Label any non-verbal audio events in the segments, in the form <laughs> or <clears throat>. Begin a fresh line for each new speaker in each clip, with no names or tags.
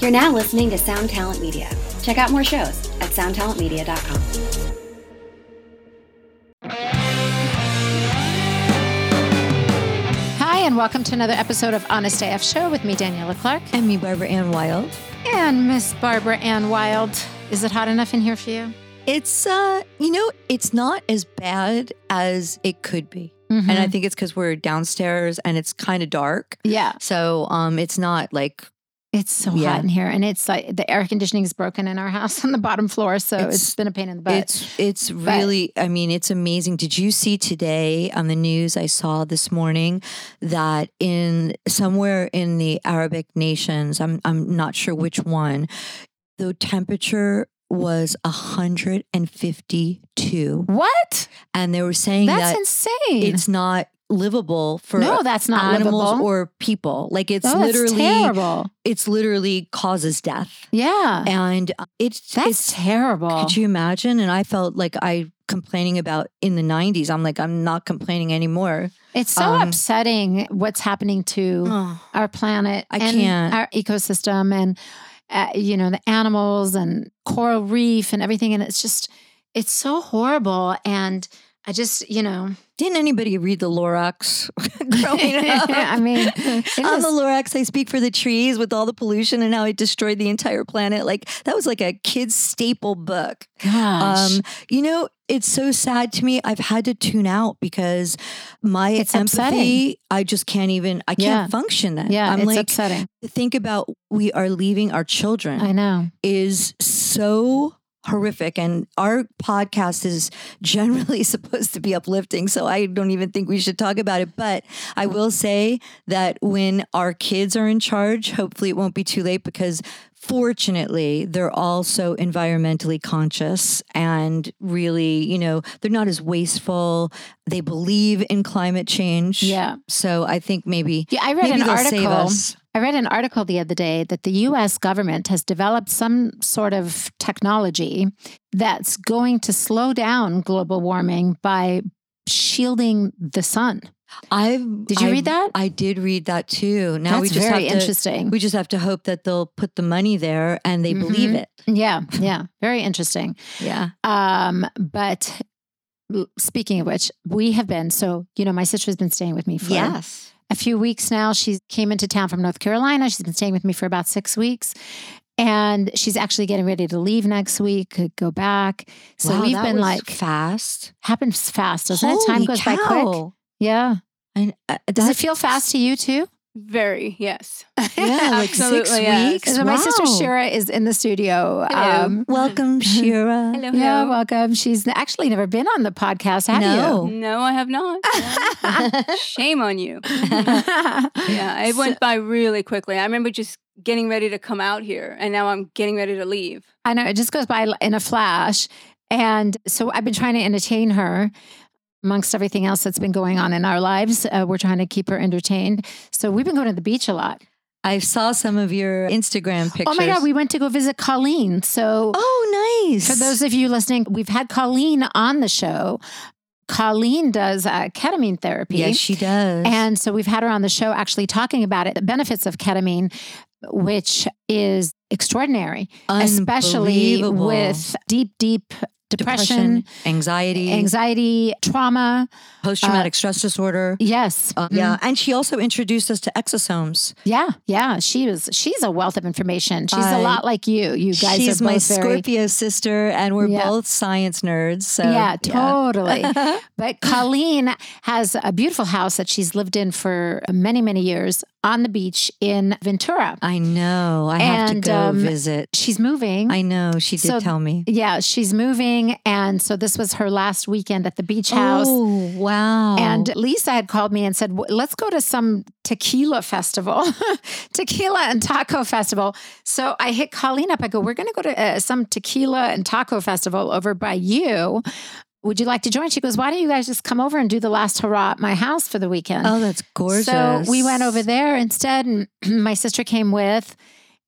You're now listening to Sound Talent Media. Check out more shows at soundtalentmedia.com.
Hi, and welcome to another episode of Honest AF Show with me, Daniela Clark.
And me, Barbara Ann Wild.
And Miss Barbara Ann Wild. Is it hot enough in here for you?
It's uh, you know, it's not as bad as it could be. And I think it's because we're downstairs and it's kind of dark.
yeah,
So um it's not like
it's so
Yeah.
hot in here. And it's like the air conditioning is broken in our <laughs> house on the bottom floor. So it's
It's-
been a pain in the butt.
it's it's really I mean, it's amazing. Did you see today on the news I saw this morning that in somewhere in the Arabic nations, I'm I'm not sure which one, the temperature was 152
what?
and they were saying
That's
that
insane.
it's not livable for
no, that's not
animals
livable.
or people. Like it's
oh, that's
literally
terrible.
it's literally causes death.
Yeah.
And it's
That's
it's
terrible.
could you imagine? And I felt like I complaining about in the nineties. I'm like, I'm not complaining anymore.
it's so
um,
upsetting what's happening to our planet
I
and
can't.
our ecosystem and uh, you know the animals and coral reef and everything and it's just it's so horrible and i just you know
Didn't anybody read the Lorax <laughs> growing
<laughs>
up?
i mean
On
is-
the Lorax, I speak for the trees with all the pollution and how it destroyed the entire planet. Like that was like a kid's staple book.
gosh
Um, you know, it's so sad to me. I've had to tune out because my
It's
empathy, I just can't even, I can't
Yeah.
function then.
yeah
I'm
it's
like,
upsetting
to think about we are leaving our children
i know
is so horrific. And our podcast is generally <laughs> supposed to be uplifting. So I don't even think we should talk about it. But I will say that when our kids are in charge, hopefully it won't be too late because fortunately they're all so environmentally conscious and really, you know, they're not as wasteful. They believe in climate change.
yeah
So I think maybe.
yeah i read
maybe
an
they'll save
article
us.
I read an article the other day that the US government has developed some sort of technology that's going to slow down global warming by shielding the sun.
i
Did you
I-
read that?
I did read that too. Now
That's
we just
very
have to,
interesting.
We just have to hope that they'll put the money there and they believe
Mm-hmm.
it.
yeah, yeah, very interesting.
Yeah.
Um, but l- speaking of which, we have been so you know my sister's been staying with me for
Yes.
a few weeks now. She came into town from North Carolina. She's been staying with me for about six weeks. And she's actually getting ready to leave next week, uh, go back. So
Wow,
we've
that
been
was
like,
fast.
happens fast, doesn't it? Time
Holy
goes by quick.
cow.
Yeah.
And, uh,
Does it
that-
feel fast to you too?
Very, yes.
Yeah, like six
Absolutely, yes.
weeks.
So my sister
Wow.
Shira is in the studio. um,
Hello.
<laughs> Welcome,
<laughs>
Shira.
Hello,
Uh, yeah,
hello.
welcome. She's actually never been on the podcast, have
No.
No, I have not.
<laughs>
Shame on you.
you?
Yeah, it went by really quickly. I remember just getting ready to come out here, and now I'm getting ready to leave.
<laughs> I know it just goes by in a flash. And so I've been trying to entertain her amongst everything else that's been going on in our lives. Uh, we're trying to keep her entertained. So we've been going to the beach a lot.
I saw some of your Instagram pictures.
Oh my God, we went to go visit Colleen. So
Oh, nice.
for those of you listening, we've had Colleen on the show. Colleen does uh, ketamine therapy.
Yes, she does.
And so we've had her on the show actually talking about it, the benefits of ketamine, which is extraordinary, especially
Unbelievable.
with deep, deep depression,
anxiety,
anxiety, trauma.
post traumatic stress disorder.
Yes. Mm,
Uh, yeah. And she also introduced us to exosomes.
Yeah. Yeah. She was, she's a wealth of information. She's a
I-
lot like you. You guys
She's
are both
my
very.
Scorpio sister, and we're
Yeah.
both science nerds. So
yeah,
<laughs>
totally. but Colleen has a beautiful house that she's lived in for many, many years on the beach in Ventura.
I know. I have to
And,
go
um,
visit.
She's moving.
I know. She did
so
tell me.
Yeah, she's moving. And so this was her last weekend at the beach house.
Oh wow!
And uh, Lisa had called me and said, "W- let's go to some tequila festival, <laughs> tequila and taco festival. So I hit Colleen up. I go, we're going to go to uh, some tequila and taco festival over by you. Would you like to join? She goes, why don't you guys just come over and do the last hurrah at my house for the weekend?
oh, that's gorgeous.
So we went over there instead, and <clears throat> my sister came with,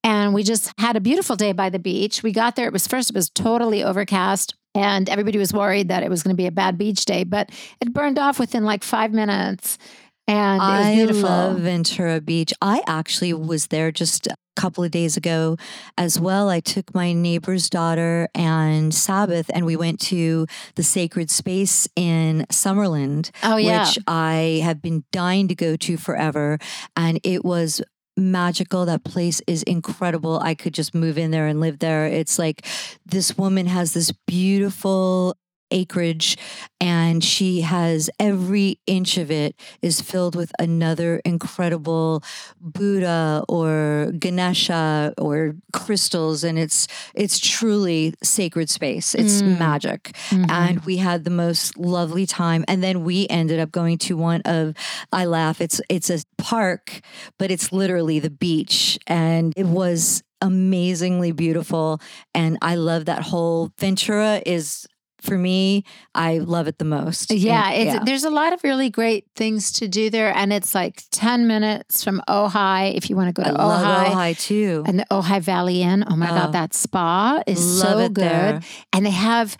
and we just had a beautiful day by the beach. We got there. It was first, it was totally overcast, and everybody was worried that it was going to be a bad beach day, but it burned off within like five minutes, and it was
I
beautiful.
love Ventura Beach. I actually was there just couple of days ago as well. I took my neighbor's daughter and Sabbath, and we went to the sacred space in Summerlin,
Oh yeah.
which I have been dying to go to forever. And it was magical. That place is incredible. I could just move in there and live there. It's like this woman has this beautiful acreage and she has every inch of it is filled with another incredible buddha or ganesha or crystals and it's it's truly sacred space it's
Mm.
magic
Mhm.
and we had the most lovely time and then we ended up going to one of i laugh it's it's a park but it's literally the beach and it was amazingly beautiful and i love that whole ventura is for me i love it the most And-
Yeah, it's, there's a lot of really great things to do there, and it's like ten minutes from Ojai if you want to go
i
to
love
Ojai.
Ojai too
And the Ojai Valley Inn. Oh my
Oh.
God, that spa is
love
so
it
good.
there.
And they have,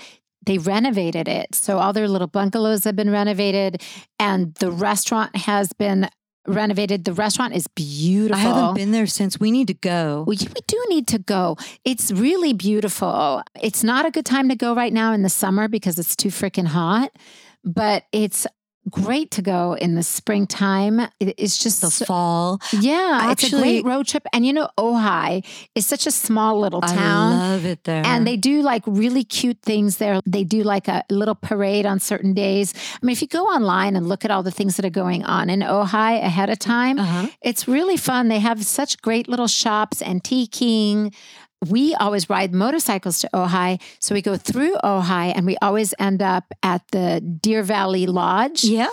they renovated it. So all their little bungalows have been renovated, and the restaurant has been renovated. The restaurant is beautiful.
i haven't been there since we need to go
Well, you- we do need to go. It's really beautiful. It's not a good time to go right now in the summer because it's too freaking hot, but it's great to go in the springtime. It- It's just
the
so-
fall
yeah, it's a
Actually-
great road trip. And you know, Ojai is such a small little
i
town.
love it there
And they do like really cute things there. They do like a little parade on certain days. I mean, if you go online and look at all the things that are going on in Ojai ahead of time,
uh-huh.
it's really fun. They have such great little shops, antiquing. We always ride motorcycles to Ojai. So we go through Ojai and we always end up at the Deer Valley Lodge,
yeah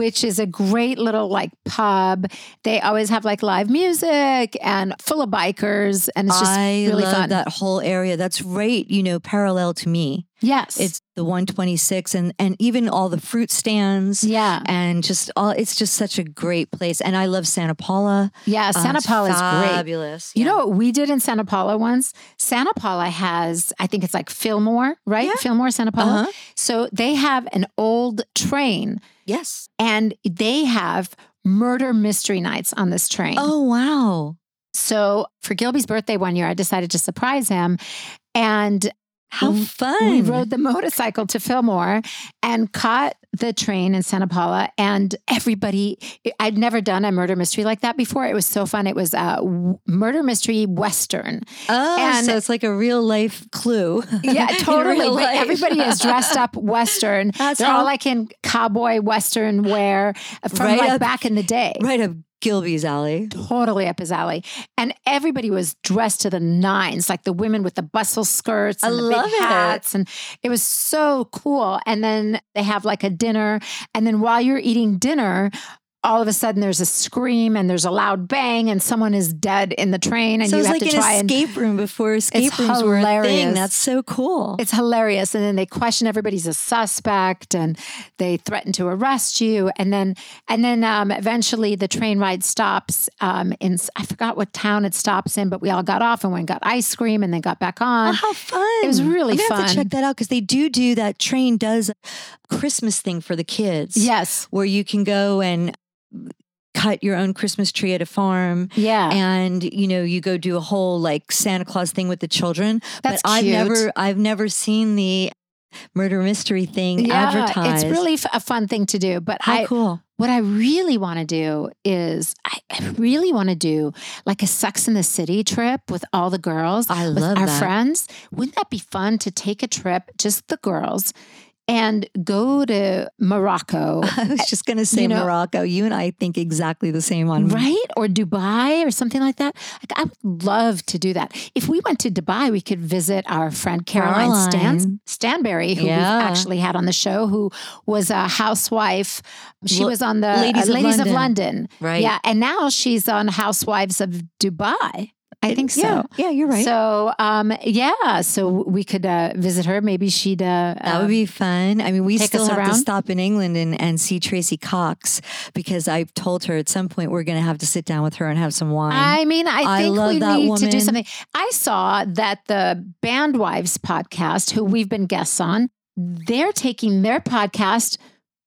which is a great little like pub. They always have like live music and full of bikers. And it's just
I
really
love
fun.
that whole area. That's right, you know, parallel to me.
Yes.
It's the 126 and and even all the fruit stands
yeah.
and just all it's just such a great place. And I love Santa Paula.
Yeah.
Uh,
Santa
it's
Paula is great.
fabulous.
You
Yeah.
know what we did in Santa Paula once? Santa Paula has, I think it's like Fillmore, right?
Yeah.
Fillmore, Santa Paula.
Uh-huh.
So they have an old train
Yes.
and they have murder mystery nights on this train.
Oh wow.
So for Gilby's birthday one year, I decided to surprise him. And
How
We-
fun.
we rode the motorcycle to Fillmore and caught the train in Santa Paula. And everybody, I'd never done a murder mystery like that before. It was so fun. It was a w- murder mystery
<laughs>
Western.
oh,
and-
so it's like a real life clue.
<laughs> Yeah,
In
totally.
real
But
<laughs> life.
everybody is dressed up Western.
That's
They're
how-
all like in cowboy Western wear from
Right
like
up-
back in the day.
<laughs> right up Gilby's alley.
Totally up his alley. And everybody was dressed to the nines, like the women with the bustle skirts
I
and the
love
big
it.
hats. And it was so cool. And then they have like a dinner. And then while you're eating dinner, all of a sudden there's a scream and there's a loud bang and someone is dead in the train and
so
you
it's
have
like
to
an
try and
escape room before escape rooms were a thing.
hilarious.
That's so cool.
It's hilarious. And then they question everybody's a suspect and they threaten to arrest you. And then, and then um, eventually the train ride stops um, in, I forgot what town it stops in, but we all got off and went and got ice cream and then got back
Oh,
on.
how fun!
Uh-huh. It was really
I'm gonna Have to
fun.
check that out because they do do that. Train does Christmas thing for the kids.
Yes.
where you can go and cut your own Christmas tree at a farm.
Yeah.
And you know you go do a whole like Santa Claus thing with the children,
That's
but I've
cute.
never I've never seen the murder mystery thing
yeah,
advertised.
it's really f- a fun thing to do. But
how
I,
cool!
what I really want to do is, I, I really want to do like a Sex in the City trip with all the girls.
I
with
love
our
that.
friends. Wouldn't that be fun to take a trip, just the girls, and go to
<sighs>
Morocco,
<laughs> I was just gonna say
eh, You know-
Morocco. You and I think exactly the same on
right? Or Dubai or something like that? Like, I would love to do that. If we went to Dubai, we could visit our friend Caroline,
Caroline.
Stan- Stanberry, who
Yeah.
we've actually had on the show, who was a housewife. She
Lo-
was on the
Ladies
uh,
of
Ladies
London.
London.
right.
Yeah. And now she's on Housewives of Dubai. I think so.
Yeah, yeah, you're right.
So, um, yeah, so we could uh, visit her. Maybe she'd. Uh,
That would be fun. I mean, we
take
still
us
have to
around?
stop in England and, and see Tracy Cox because I've told her at some point we're going to have to sit down with her and have some wine.
I mean, I
I
think
love
we
that
need to do
woman.
something. I saw that the Bandwives podcast, who we've been guests on, they're taking their podcast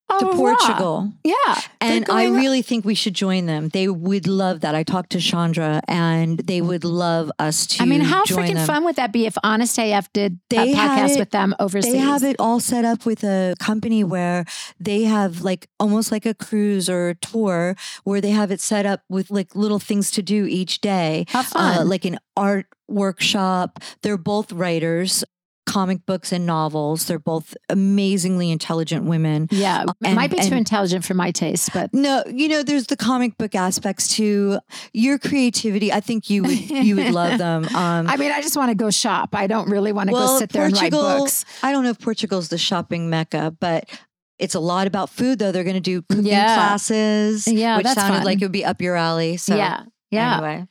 Au
to
revoir.
Portugal.
Yeah. They're
And I
going-
really think we should join them. They would love that. I talked to Chandra and they would love us to
I mean, how
join
freaking
them.
fun would that be if Honest AF did
They
a
had
podcast
it-
with them overseas?
They have it all set up with a company where they have like almost like a cruise or a tour where they have it set up with like little things to do each day,
How fun.
uh, like an art workshop. They're both writers, comic books and novels. They're both amazingly intelligent women.
yeah. it
um, and-
might be too
and-
intelligent for my taste, but
No, you know, there's the comic book aspects to your creativity. I think you would you would
<laughs>
love them. Um,
I mean, I just want to go shop. I don't really want to go sit there and write books.
I don't know if Portugal's the shopping mecca, but it's a lot about food though. They're going to do cooking
Yeah.
classes,
Yeah,
which
that's
sounded
fun.
like it would be up your alley. So
yeah. Yeah.
anyway.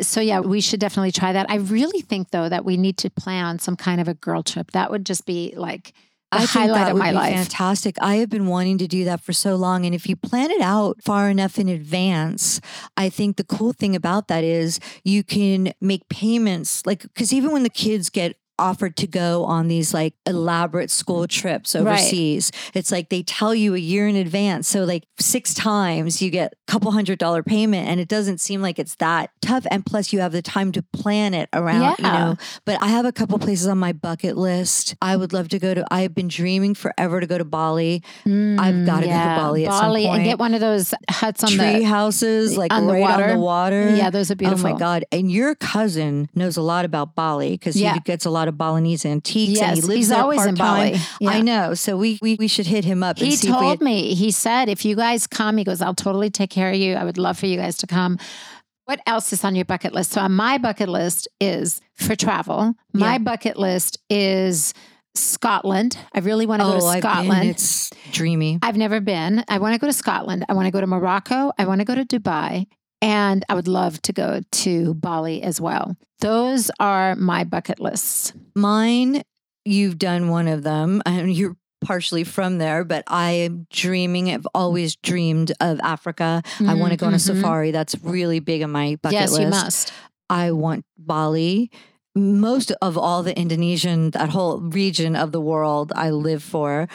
So yeah, we should definitely try that. I really think though that we need to plan some kind of a girl trip. That would just be like the
I think
highlight
that
of
would
my
be
life.
fantastic. I have been wanting to do that for so long, and if you plan it out far enough in advance, I think the cool thing about that is you can make payments. Like, because even when the kids get offered to go on these like elaborate school trips
Right.
overseas, it's like they tell you a year in advance. So like six times you get a couple hundred dollar payment, and it doesn't seem like it's that tough. And plus, you have the time to plan it around. You
Yeah.
know, but I have a couple places on my bucket list. I would love to go to. I've been dreaming forever to go to Bali. I've
Mm,
gotta go to Bali at some
Bali and
point.
get one of those huts on
Tree
the
houses, like
on the
right on
water.
the water.
yeah, those are beautiful.
Oh my god! And your cousin knows a lot about Bali because
Yeah.
he gets a lot of Balinese antiques. and
Yes,
he lives
he's
there
always in
part-time.
Bali. Yeah.
I know. So we, we we should hit him up.
He
and see if we
told
had-
me, he said, if you guys come, he goes, I'll totally take care of you. I would love for you guys to come. What else is on your bucket list? So, on my bucket list is for travel. My
Yeah.
bucket list is Scotland. I really want to go
oh,
to
I've been.
Scotland.
It's dreamy.
I've never been. I want to go to Scotland. I want to go to Morocco. I want to go to Dubai. And I would love to go to Bali as well. Those are my bucket lists.
Mine, you've done one of them, <laughs> and you're partially from there. But I am dreaming. I've always dreamed of Africa. I want to go on a
Mhm.
safari. That's really big on my bucket
yes,
list.
you must.
I want Bali. Most of all the Indonesian, that whole region of the world, I live for.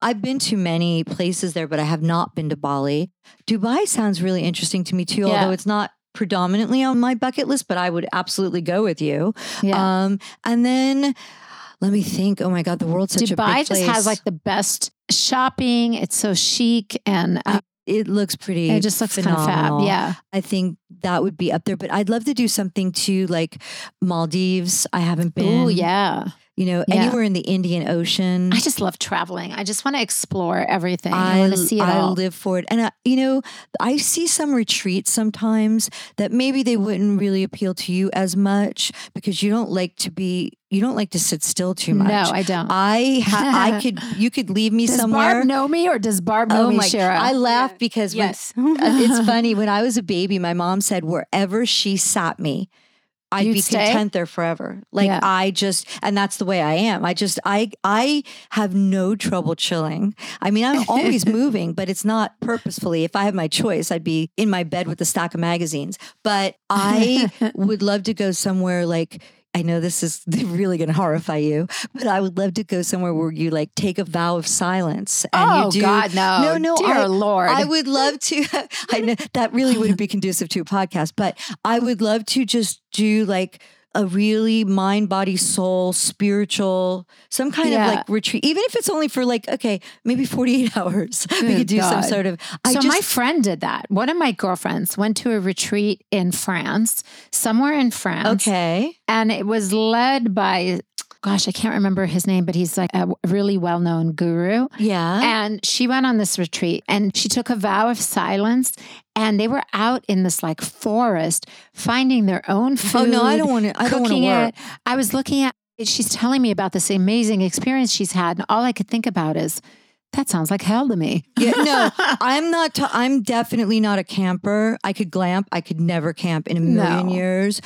I've been to many places there, but I have not been to Bali. Dubai sounds really interesting to me too,
Yeah.
although it's not predominantly on my bucket list, but I would absolutely go with you.
Yeah.
Um, and then let me think. Oh my God, the world's such a
Dubai
big
just
place.
has like the best shopping. It's so chic and uh,
it looks pretty.
it just looks kind of fab.
phenomenal.
Yeah.
I think that would be up there. But I'd love to do something too, like Maldives. I haven't been.
Oh, yeah.
You know,
Yeah.
anywhere in the Indian Ocean.
I just love traveling. I just want to explore everything. I,
Mm. I,
want to see it
I
all.
live for it. And, I, you know, I see some retreats sometimes that maybe they wouldn't really appeal to you as much because you don't like to be, you don't like to sit still too much.
No, I don't.
I, ha-
<laughs>
I could, you could leave me
does
somewhere.
Barb know me or does Barb know
oh
me,
my,
Shara?
I laugh
Yeah.
because when,
Yes.
Uh, it's funny when I was a baby, my mom said wherever she sat me, I'd
You'd
be
stay?
content there forever. Like
Yeah.
I just, and that's the way I am. I just, I, I have no trouble chilling. I mean, I'm
<laughs>
always moving, but it's not purposefully. If I had my choice, I'd be in my bed with a stack of magazines. But
<laughs>
I would love to go somewhere like. I know this is <laughs> really going to horrify you, but I would love to go somewhere where you like take a vow of silence and
oh
you do
God, no,
No, no,
dear
I-
Lord.
I would love to. <laughs> I know that really wouldn't be conducive to a podcast, but I would love to just do like a really mind, body, soul, spiritual, some kind
Yeah.
of like retreat, even if it's only for like, okay, maybe 48 <laughs> hours. we could
Good
do some
God.
sort of. I
so
just,
my friend did that. One of my girlfriends went to a retreat in France, somewhere in France.
okay.
and it was led by gosh i can't remember his name but he's like a really well-known guru
Yeah.
and she went on this retreat and she took a vow of silence and they were out in this like forest finding their own food
oh, no, I don't want to. I don't want to
cooking
work.
it i was looking at she's telling me about this amazing experience she's had and all i could think about is that sounds like hell to me
Yeah,
<laughs>
no, I'm not. i I'm definitely not a camper. I could glamp. I could never camp in a million
No.
years.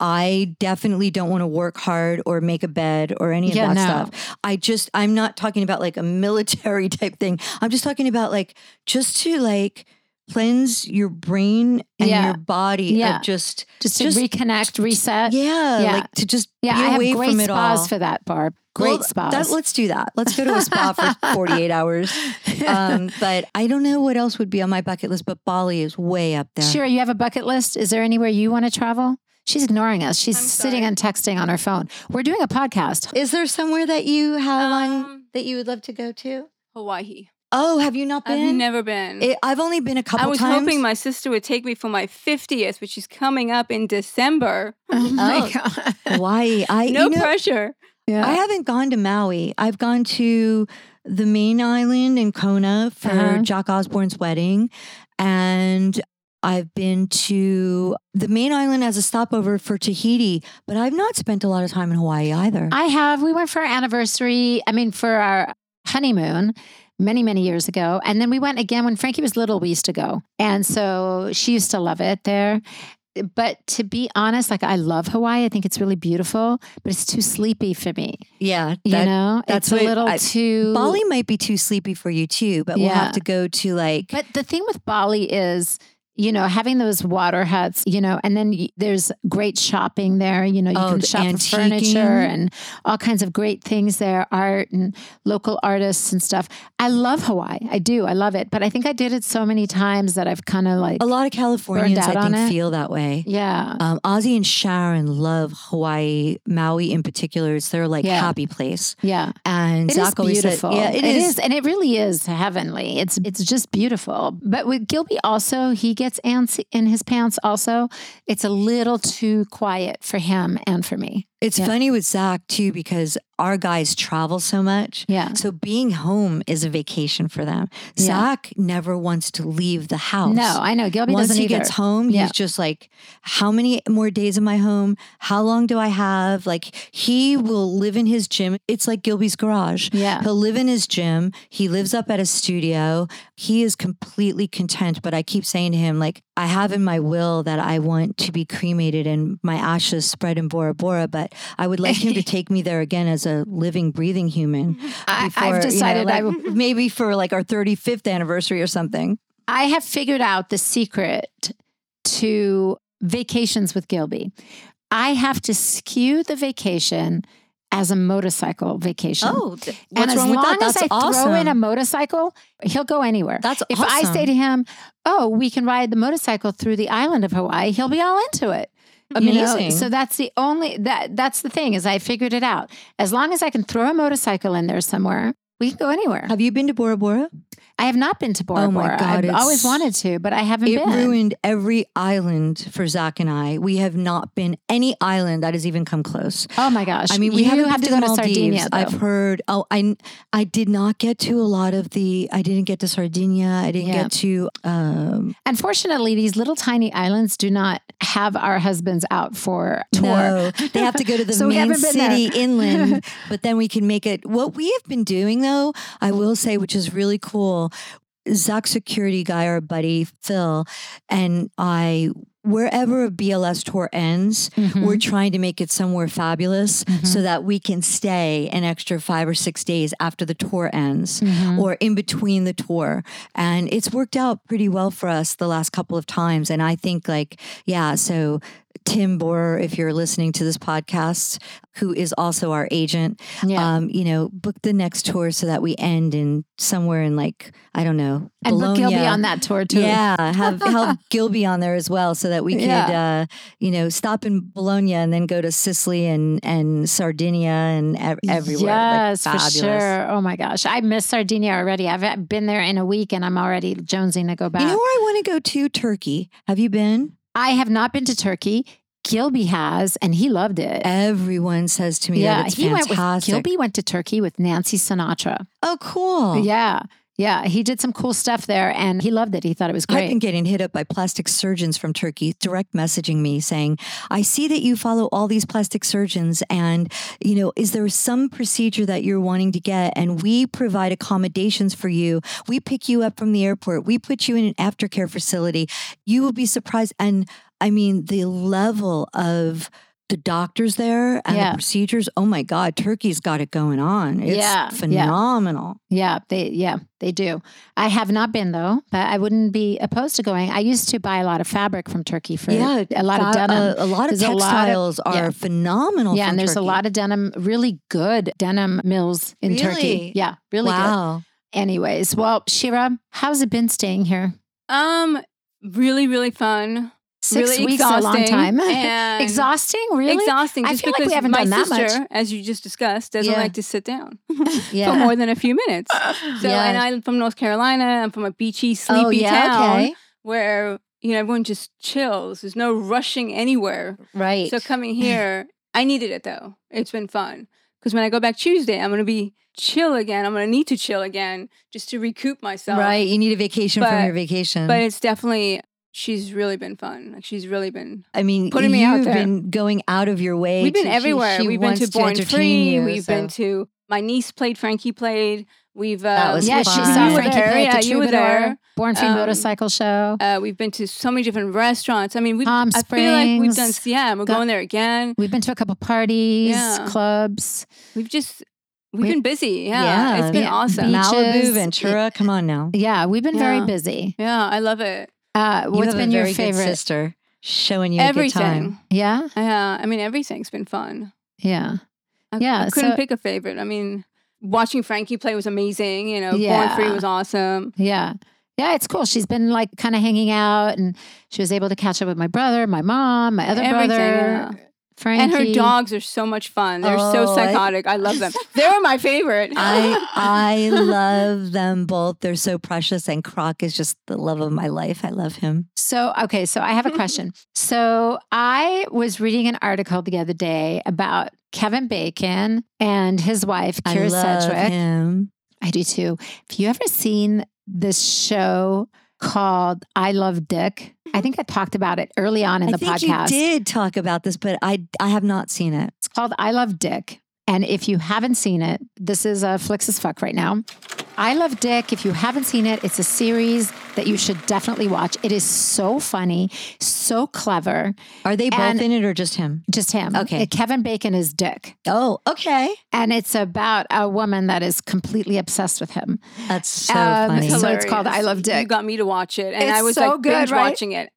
I definitely don't want to work hard or make a bed or any of
Yeah,
that
no.
stuff. I just, I'm <laughs> not talking about like a military type thing. I'm just talking about like just to like cleanse your brain and
Yeah.
your body
Yeah.
of just
just to
Just-
reconnect, reset.
yeah,
Yeah.
like to just
Yeah,
be
I have
away
great
from it
spas
all.
for that, Barb. Great
Well,
spas.
That,
<laughs>
let's do that. Let's go to a spa for 48 hours.
<laughs>
Um, but I don't know what else would be on my bucket list, but Bali is way up there.
Shira, you have a bucket list. Is there anywhere you want to travel? She's ignoring us. She's
I'm
sitting
sorry.
and texting on her phone. We're doing a podcast.
Is there somewhere that you have on
Um,
that you would love to go to?
Hawaii.
Oh, have you not
I've
been?
never been.
It- I've only been a couple
I was
times.
hoping my sister would take me for my 50th, which is coming up in December.
Oh
my <laughs>
god.
Hawaii. I
No
you know,
pressure.
yeah.
I haven't gone to Maui. I've gone to the main island in Kona for
Uh-huh.
Jock Osborne's wedding. And I've been to the main island as a stopover for Tahiti, but I've not spent a lot of time in Hawaii either.
I have. We went for our anniversary. I mean, for our honeymoon many, many years ago. And then we went again when Frankie was little, we used to go. And so she used to love it there. But to be honest, like I love Hawaii. I think it's really beautiful, but it's too sleepy for me.
yeah.
You
that-
know, it's
that's
a
what
little
I-
too.
Bali might be too sleepy for you too, but we'll
Yeah.
have to go to like
But the thing with Bali is, you know, having those water huts, you know, and then y- there's great shopping there. You know, you
Oh,
can
the
shop for furniture
antiquing.
and all kinds of great things there, art and local artists and stuff. I love Hawaii. I do. I love it. But I think I did it so many times that I've kind of like,
a lot of Californians,
out
I
on it.
think, feel that way.
yeah.
Um, Ozzy and Sharon love Hawaii, Maui in particular. It's their like
Yeah.
happy place.
Yeah,
And
It is
Zach always
beautiful.
said, "Yeah,
it is. and it really is heavenly. It's it's just beautiful. But with Gilby, also he gets ants in his pants. Also, it's a little too quiet for him and for me.
It's
Yeah.
funny with Zach too because our guys travel so much.
Yeah,
So being home is a vacation for them.
Yeah.
Zach never wants to leave the house.
No, I know. Gilby
Oh, Once
doesn't
he
either.
gets home,
Yeah.
he's just like, How many more days am I home? How long do I have? Like, he will live in his gym. It's like Gilby's garage.
Yeah.
He'll live in his gym. He lives up at a studio. He is completely content. But I keep saying to him, like, I have in my will that I want to be cremated and my ashes spread in Bora Bora, but I would like him
<laughs>
to take me there again as a living, breathing human.
I- I've decided I <laughs>
will maybe for like our 35th anniversary or something.
I have figured out the secret to vacations with Gilby. I have to skew the vacation as a motorcycle vacation.
Oh, th-
and
what's
as
wrong with
long
that?
as
That's
I
awesome.
throw in a motorcycle, he'll go anywhere.
That's
if I say to him, "Oh, we can ride the motorcycle through the island of Hawaii," he'll be all into it. You know,
Amazing.
So that's the only that that's the thing is I figured it out. As long as I can throw a motorcycle in there somewhere, we can go anywhere.
Have you been to Bora Bora?
I have not been to Bora
Oh my
Bora.
God,
I've
it's-
always wanted to, but I haven't
It
been.
ruined every island for Zach and I. We have not been any island that has even come close.
oh my gosh!
I mean, we
you
haven't
have to go
been the
to
Maldives.
Sardinia.
I've
though.
heard. Oh, I I did not get to a lot of the. I didn't get to Sardinia. I didn't
Yeah.
get to. Um,
Unfortunately, these little tiny islands do not have our husbands out for tour.
no, <laughs> they have to go to
<laughs>
the
So we
main
haven't been there. <laughs>
city inland, but then we can make it. What we have been doing, though, I will say, which is really cool, Zach's security guy, our buddy Phil, and I. Wherever a BLS tour ends,
Mhm.
We're trying to make it somewhere fabulous
Mm-hmm.
so that we can stay an extra five or six days after the tour ends
Mhm.
or in between the tour. And it's worked out pretty well for us the last couple of times. And I think, like, yeah, so Tim Borer, if you're listening to this podcast, who is also our agent,
yeah.
um, you know, book the next tour so that we end in somewhere in, like, I don't know,
and book Gilby
Bologna.
on that tour too.
Yeah,
<laughs>
have have Gilby on there as well, so that we could, uh, you know, stop in Bologna and then go to Sicily and and Sardinia and ev- everywhere.
Yes,
like,
for
fabulous.
sure. Oh my gosh, I miss Sardinia already. I've been there in a week, and I'm already jonesing to go back.
You know where I want to go to? Turkey. Have you been?
I have not been to Turkey. Gilby has, and he loved it.
Everyone says to me that it's
he
fantastic.
went with Gilby went to Turkey with Nancy Sinatra.
Oh, cool.
Yeah, yeah, he did some cool stuff there, and he loved it. He thought it was
I've been
great.
getting hit up by plastic surgeons from Turkey, direct messaging me saying, I see that you follow all these plastic surgeons. And, you know, is there some procedure that you're wanting to get? And we provide accommodations for you. We pick you up from the airport. We put you in an aftercare facility. You will be surprised. And I mean, the level of the doctors there and
Yeah.
the procedures. Oh my God, Turkey's got it going on. It's
Yeah, yeah.
phenomenal.
Yeah, they yeah, they do. I have not been though, but I wouldn't be opposed to going. I used to buy a lot of fabric from Turkey for
Yeah,
a lot of
Fa-
denim.
A, a lot of
There's a lot of-
textiles
yeah.
are phenomenal.
yeah,
from
and there's
Turkey.
a lot of denim, really good denim mills in Turkey.
Really?
Yeah, really good.
wow.
Anyways, well, Shira, how's it been staying here?
Um, really, really fun.
Six
really
weeks is a
exhausting.
long time. <laughs>
and
exhausting, really?
Exhausting.
I
Just
feel like we
because
haven't
my
done that much.
sister, as you just discussed, doesn't
Yeah.
like to sit down for
Yeah.
more than a few
<laughs>
minutes. So,
Yeah.
and I'm from North Carolina. I'm from a beachy, sleepy
Oh, yeah,
town
okay.
where you know everyone just chills. There's no rushing anywhere.
Right.
<laughs>
So coming here, I needed it though. It's been fun because when I go back Tuesday, I'm gonna be chill again. I'm gonna need to chill again just to recoup myself.
right. You need a vacation
But-
from your vacation.
But it's definitely she's really been fun. Like she's really been.
I mean,
putting me out
you've
there.
been going out of your way.
We've been
to- she-
everywhere.
she
we've been to
wants
Born
entertain
Free.
you,
we've been
so-
to my niece played. Frankie played. We've uh,
That was
yeah,
we've-
she
fun.
you
saw
were
Frankie
there.
Blake,
Yeah,
the
you were
troubadour,
there.
Born Free
Um,
Motorcycle Show.
Uh, we've been to so many different restaurants. I mean, we've.
Palm
I feel like we've done
Springs,
Yeah, we're
the-
going there again.
We've been to a couple parties,
Yeah.
clubs,
We've just we've
We-
been busy. Yeah,
Yeah,
it's been
yeah,
awesome.
beach-
Malibu,
beaches.
Ventura. Come on now.
Yeah, we've been very
Yeah.
busy.
yeah, I love it.
Uh,
you
what's
have
been
a
your
very good
favorite?
sister showing you
everything.
a good
<laughs>
time?
Yeah,
Yeah, I mean everything's been fun.
yeah,
I,
Yeah,
I couldn't
so-
pick a favorite. I mean, watching Frankie play was amazing. You know,
Yeah.
Born Free was awesome.
yeah, yeah. It's cool. She's been like kind of hanging out, and she was able to catch up with my brother, my mom, my other
Everything,
brother,
yeah.
Frankie,
And her dogs are so much fun. They're
Oh,
so
I-
psychotic.
<laughs>
I, love them. They're my favorite. <laughs>
I I love them both. They're so precious, and Croc is just the love of my life. I love him.
So, okay, so I
<laughs>
have a question. so, I was reading an article the other day about Kevin Bacon and his wife, Kira
I love
Sedgwick.
him.
I do too. Have you ever seen this show called I Love Dick? I think I talked about it early on in
I
the
think
podcast.
you did talk about this, but I I have not seen it.
It's called I Love Dick. And if you haven't seen it, this is a Flix as fuck right now. I Love Dick. If you haven't seen it, it's a series that you should definitely watch. It is so funny, so clever.
Are they both
And-
in it or just him?
Just him.
Okay.
Kevin Bacon is Dick.
Oh, okay.
And it's about a woman that is completely obsessed with him.
That's so
Um,
funny.
so it's called
hilarious.
I Love
You
Dick.
got me to watch it, and I
It's
was
so
like
good,
binge
right?
watching it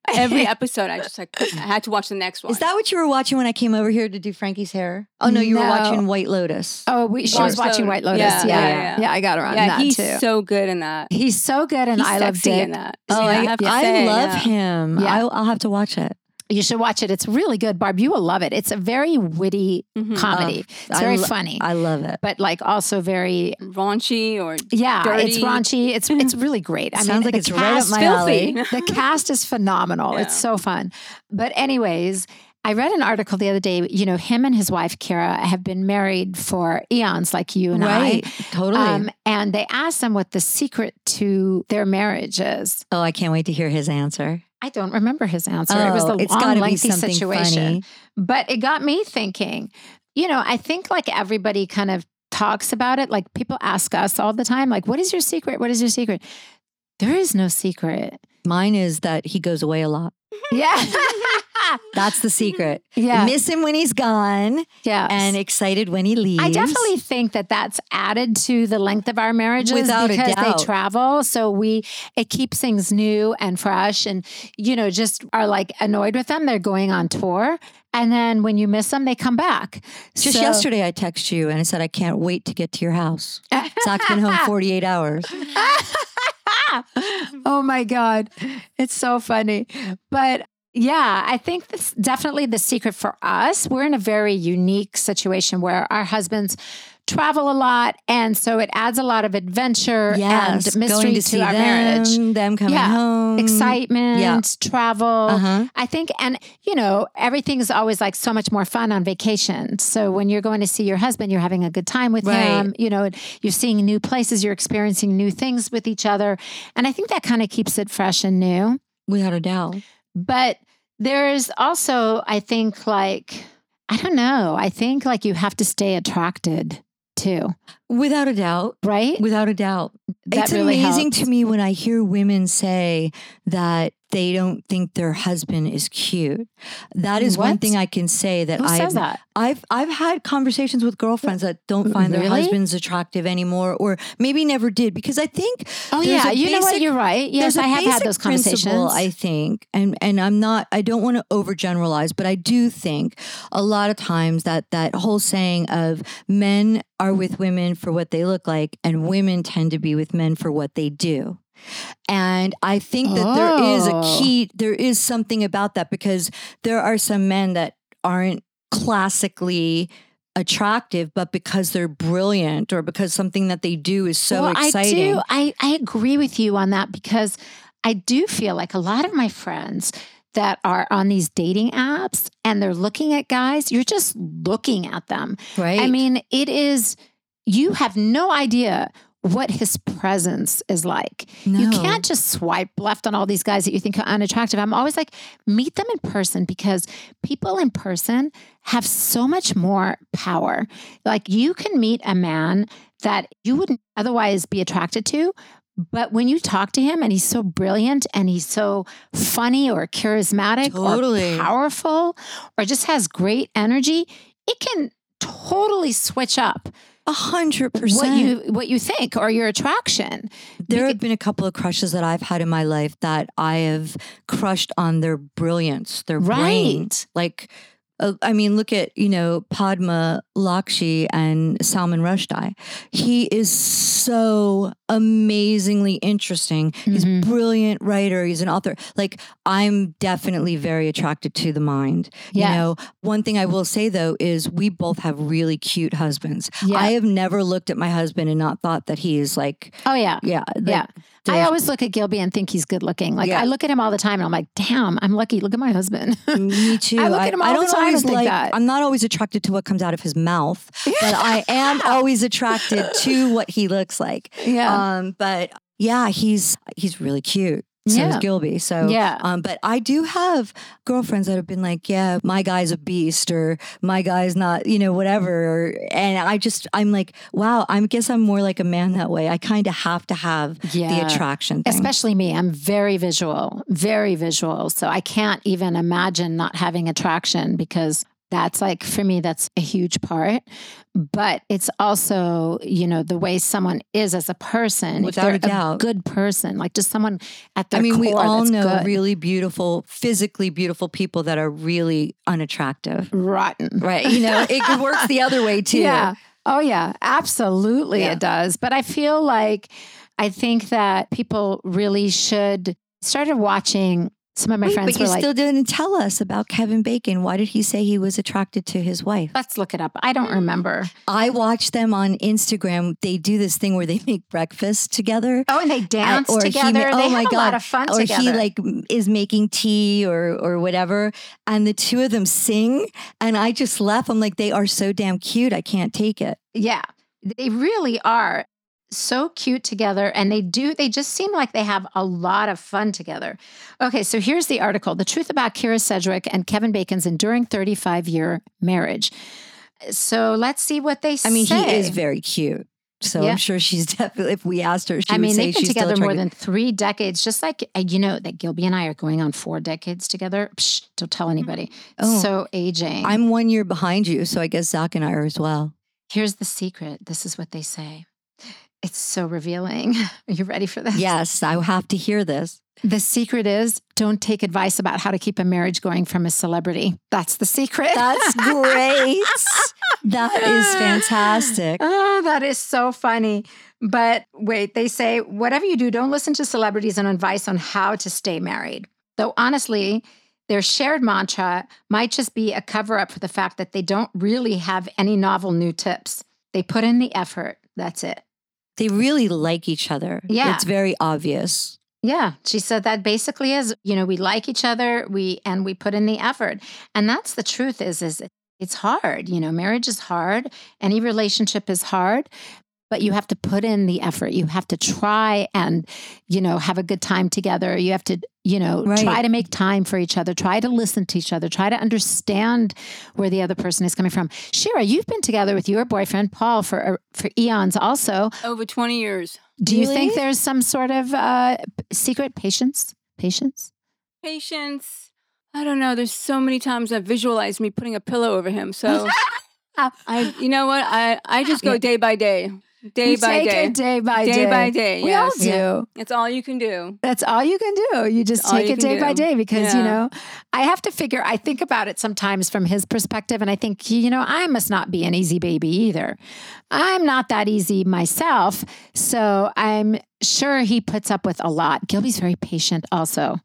<laughs>
every episode. I just like I had to watch the next one.
Is that what you were watching when I came over here to do Frankie's hair? Oh no, you were
No.
watching White Lotus.
Oh, we, she was
Lotus.
watching White Lotus. Yeah
Yeah,
yeah,
yeah, yeah.
I got her on
yeah,
that
he's
too.
so good in that.
he's so good, and
he's
I love
sexy
Dick.
in that.
Oh, I,
have to
I
say,
love
yeah.
him.
Yeah.
I'll, I'll have to watch it.
You should watch it. It's really good, Barb. You will love it. It's a very witty
Mhm.
comedy. it's
I
very
lo-
funny,
I love it.
but like also very
raunchy or
yeah. It's
Dirty.
raunchy. It's it's really great. I
Mm-hmm. Sounds
mean,
like
the
it's right up
cast-
my
filthy.
alley. <laughs>
the cast is phenomenal. It's
Yeah.
so fun. But anyways, I read an article the other day. You know, him and his wife Kara have been married for eons, like you and
Right,
I.
totally.
Um, and they asked him what the secret to their marriage is.
oh, I can't wait to hear his answer.
I don't remember his answer. it was
oh,
the
it's
long,
gotta be
lengthy
something
situation.
funny.
But it got me thinking. You know, I think like everybody kind of talks about it. Like people ask us all the time, like, "What is your secret? What is your secret?" There is no secret.
Mine is that he goes away a lot.
Yeah, <laughs>
That's the secret.
yeah,
Miss him when he's gone
yeah.
and excited when he leaves.
I definitely think that that's added to the length of our marriages
Without a
because
doubt.
they travel, so we it keeps things new and fresh, and you know just are like annoyed with them. They're going on tour, and then when you miss them, they come back.
Just
So-
yesterday, I texted you and I said, I can't wait to get to your house. Zach's been
<laughs>
home 48 hours.
<laughs> oh my god, it's so funny, but. Yeah, I think that's definitely the secret for us. We're in a very unique situation where our husbands travel a lot, and so it adds a lot of adventure
Yes,
and mystery
going to,
to,
see
our
them,
marriage.
them coming
Yeah,
home.
excitement,
Yeah.
travel.
Uh-huh.
I think, and you know, everything's always like so much more fun on vacation. So when you're going to see your husband, you're having a good time with
Right.
him. You know, you're seeing new places, you're experiencing new things with each other, and I think that kind of keeps it fresh and new.
Without a doubt.
But there's also, I think, like I don't know. I think like you have to stay attracted too.
Without a doubt.
right?
Without a doubt.
That
it's
really
amazing
helped.
to me when I hear women say that they don't think their husband is cute. That is one
What?
thing I can say that
Who
I've
says that?
I've I've had conversations with girlfriends that don't find their
Really?
husbands attractive anymore, or maybe never did, because I think
Oh
there's
yeah,
a
you know what?
basic-
You're right. Yes,
there's
I
a
have had
basic
those
principle,
conversations.
I think, and and I'm not. I don't want to overgeneralize, but I do think a lot of times that that whole saying of men are with women for what they look like, and women tend to be with men for what they do. And I think that there is
Oh.
a key. There is something about that because there are some men that aren't classically attractive but because they're brilliant or because something that they do is so
well,
exciting
I do. I, I agree with you on that because I do feel like a lot of my friends that are on these dating apps and they're looking at guys, you're just looking at them.
right
I mean, it is, you have no idea what his presence is like. You
No.
can't just swipe left on all these guys that you think are unattractive. I'm always like, meet them in person because people in person have so much more power. Like, you can meet a man that you wouldn't otherwise be attracted to. But when you talk to him and he's so brilliant and he's so funny or charismatic
Totally.
or powerful or just has great energy, it can totally switch up
A hundred
what
percent.
you what you think or your attraction.
There have been a couple of crushes that I've had in my life that I have crushed on their brilliance, their brain.
Right.
Like, uh, I mean, look at you know Padma Lakshmi and Salman Rushdie. He is so amazingly interesting. He's a
Mhm.
brilliant writer. He's an author. Like, I'm definitely very attracted to the mind.
Yeah.
You know, one thing I will say though is we both have really cute husbands.
Yeah.
I have never looked at my husband and not thought that he is like,
Oh yeah.
yeah, like,
Yeah. I
there's-
always look at Gilby and think he's good looking. Like
Yeah.
I look at him all the time and I'm like, damn, I'm lucky. Look at my husband.
<laughs> Me too.
I look at him all the
don't
time and
always
think
like.
that.
I'm not always attracted to what comes out of
<laughs>
his mouth, but I am always attracted to what he looks like.
yeah.
Um, but yeah, he's he's really cute. So is
Yeah.
Gilby. So
Yeah.
Um, but I do have girlfriends that have been like, yeah, my guy's a beast, or my guy's not, you know, whatever. Or, and I just, I'm like, wow. I guess I'm more like a man that way. I kind of have to have
Yeah.
the attraction, thing.
Especially me. I'm very visual, very visual. So I can't even imagine not having attraction because that's like, for me, that's a huge part. But it's also, you know, the way someone is as a person. If
Without
they're
a doubt.
good person, like just someone at their
I mean, we
core
all
that's
know
good.
really beautiful, physically beautiful people that are really unattractive.
rotten.
Right. You know, it works the other way too.
<laughs> Yeah. Oh, yeah. Absolutely,
Yeah.
it does. But I feel like I think that people really should started watching. Some of my
Wait,
friends
but
were
you
like,
still didn't tell us about Kevin Bacon. Why did he say he was attracted to his wife?
"Let's look it up." I don't remember.
I watch them on Instagram. They do this thing where they <laughs> make breakfast together.
Oh, and they dance
or he ma-
together.
oh
they
my
have a
God.
lot of fun
or
together.
he like m- is making tea or or whatever and the two of them sing and I just laugh. I'm like they are so damn cute. I can't take it.
yeah, they really are so cute together, and they do. They just seem like they have a lot of fun together. Okay, so here's the article: the truth about Kira Sedgwick and Kevin Bacon's enduring 35 year marriage. So let's see what they say.
I mean, he is very cute. So
Yeah.
I'm sure she's <laughs> definitely, if we asked her, she
I
would
mean,
say
they've been
she's still
together more
attracted.
than three decades, just like, uh, you know, that Gilby and I are going on four decades together. Psh, don't tell anybody.
Oh.
So aging.
I'm one year behind you. So I guess Zach and I are
<laughs>
as well.
Here's the secret. This is what they say. It's so revealing. <laughs> Are you ready for this?
Yes, I have to hear this.
The secret is don't take advice about how to keep a marriage going from a celebrity. That's the secret. <laughs>
That's great. that is fantastic.
Oh, that is so funny. But wait, they say whatever you do, don't listen to celebrities and advice on how to stay married. Though honestly, their shared mantra might just be a cover up for the fact that they don't really have any novel new tips. They put in the effort. That's it.
They really like each other.
Yeah.
It's very obvious.
Yeah, she said that basically is, you know, we like each other, we and we put in the effort. And that's the truth is is it's hard, you know, marriage is hard, any relationship is hard, but you have to put in the effort. You have to try and, you know, have a good time together. You have to, you know,
Right.
try to make time for each other, try to listen to each other, try to understand where the other person is coming from. Shira, you've been together with your boyfriend Paul for uh, for eons also.
Over 20 years.
Do you think
Really?
there's some sort of uh, p- secret patience? Patience?
Patience. I don't know. There's so many times I've visualized me putting a pillow over
<laughs>
him. So I, you know what? I, I just go
Yeah.
day by day, day
You
by
take
day.
it day by day.
Day by day,
We
yes.
all do.
Yeah.
It's all you can do.
That's all you can do. You just
That's all
take
you
it
can
day by
do.
day because, you
Yeah.
know, I have to figure, I think about it sometimes from his perspective. And I think, you know, I must not be an easy baby either. I'm not that easy myself. So I'm sure he puts up with a lot. Gilby's very patient
<laughs>
also.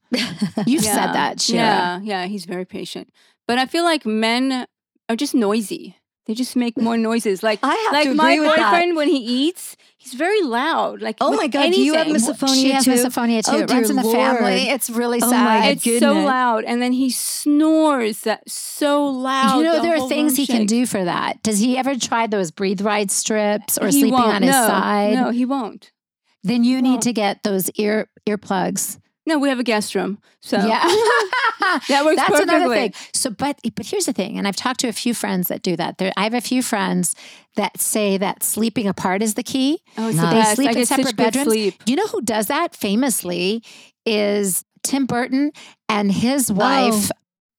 You've said
Yeah.
that, Shira.
Yeah, yeah, he's very patient. But I feel like men are just noisy. They just make more noises. Like
I have
like
to agree
my
with that.
boyfriend when he eats, he's very loud. Like
Oh
with
my God, do you have
anything.
miso- Misophonia
she has
too?
misophonia too.
Oh,
it runs
dear
in the
Lord.
family. It's really
Oh,
sad.
my
It's so
goodness.
loud, and then he snores that so loud.
You know,
the
there are
whole
things he
room
can
shakes.
do for that. Does he ever try those breathe right strips or
He
sleeping
won't.
on his
No,
side?
No, he won't.
Then you need
won't.
to get those ear earplugs.
No, we have a guest room, so <laughs>
Yeah.
that works
That's
perfectly.
another thing. So, but but here's the thing, and I've talked to a few friends that do that. There, I have a few friends that say that sleeping apart is the key.
Oh, it's
Nah.
the
They
best.
sleep
I
in
get such
separate
good
bedrooms.
Sleep.
You know who does that famously is Tim Burton and his wife.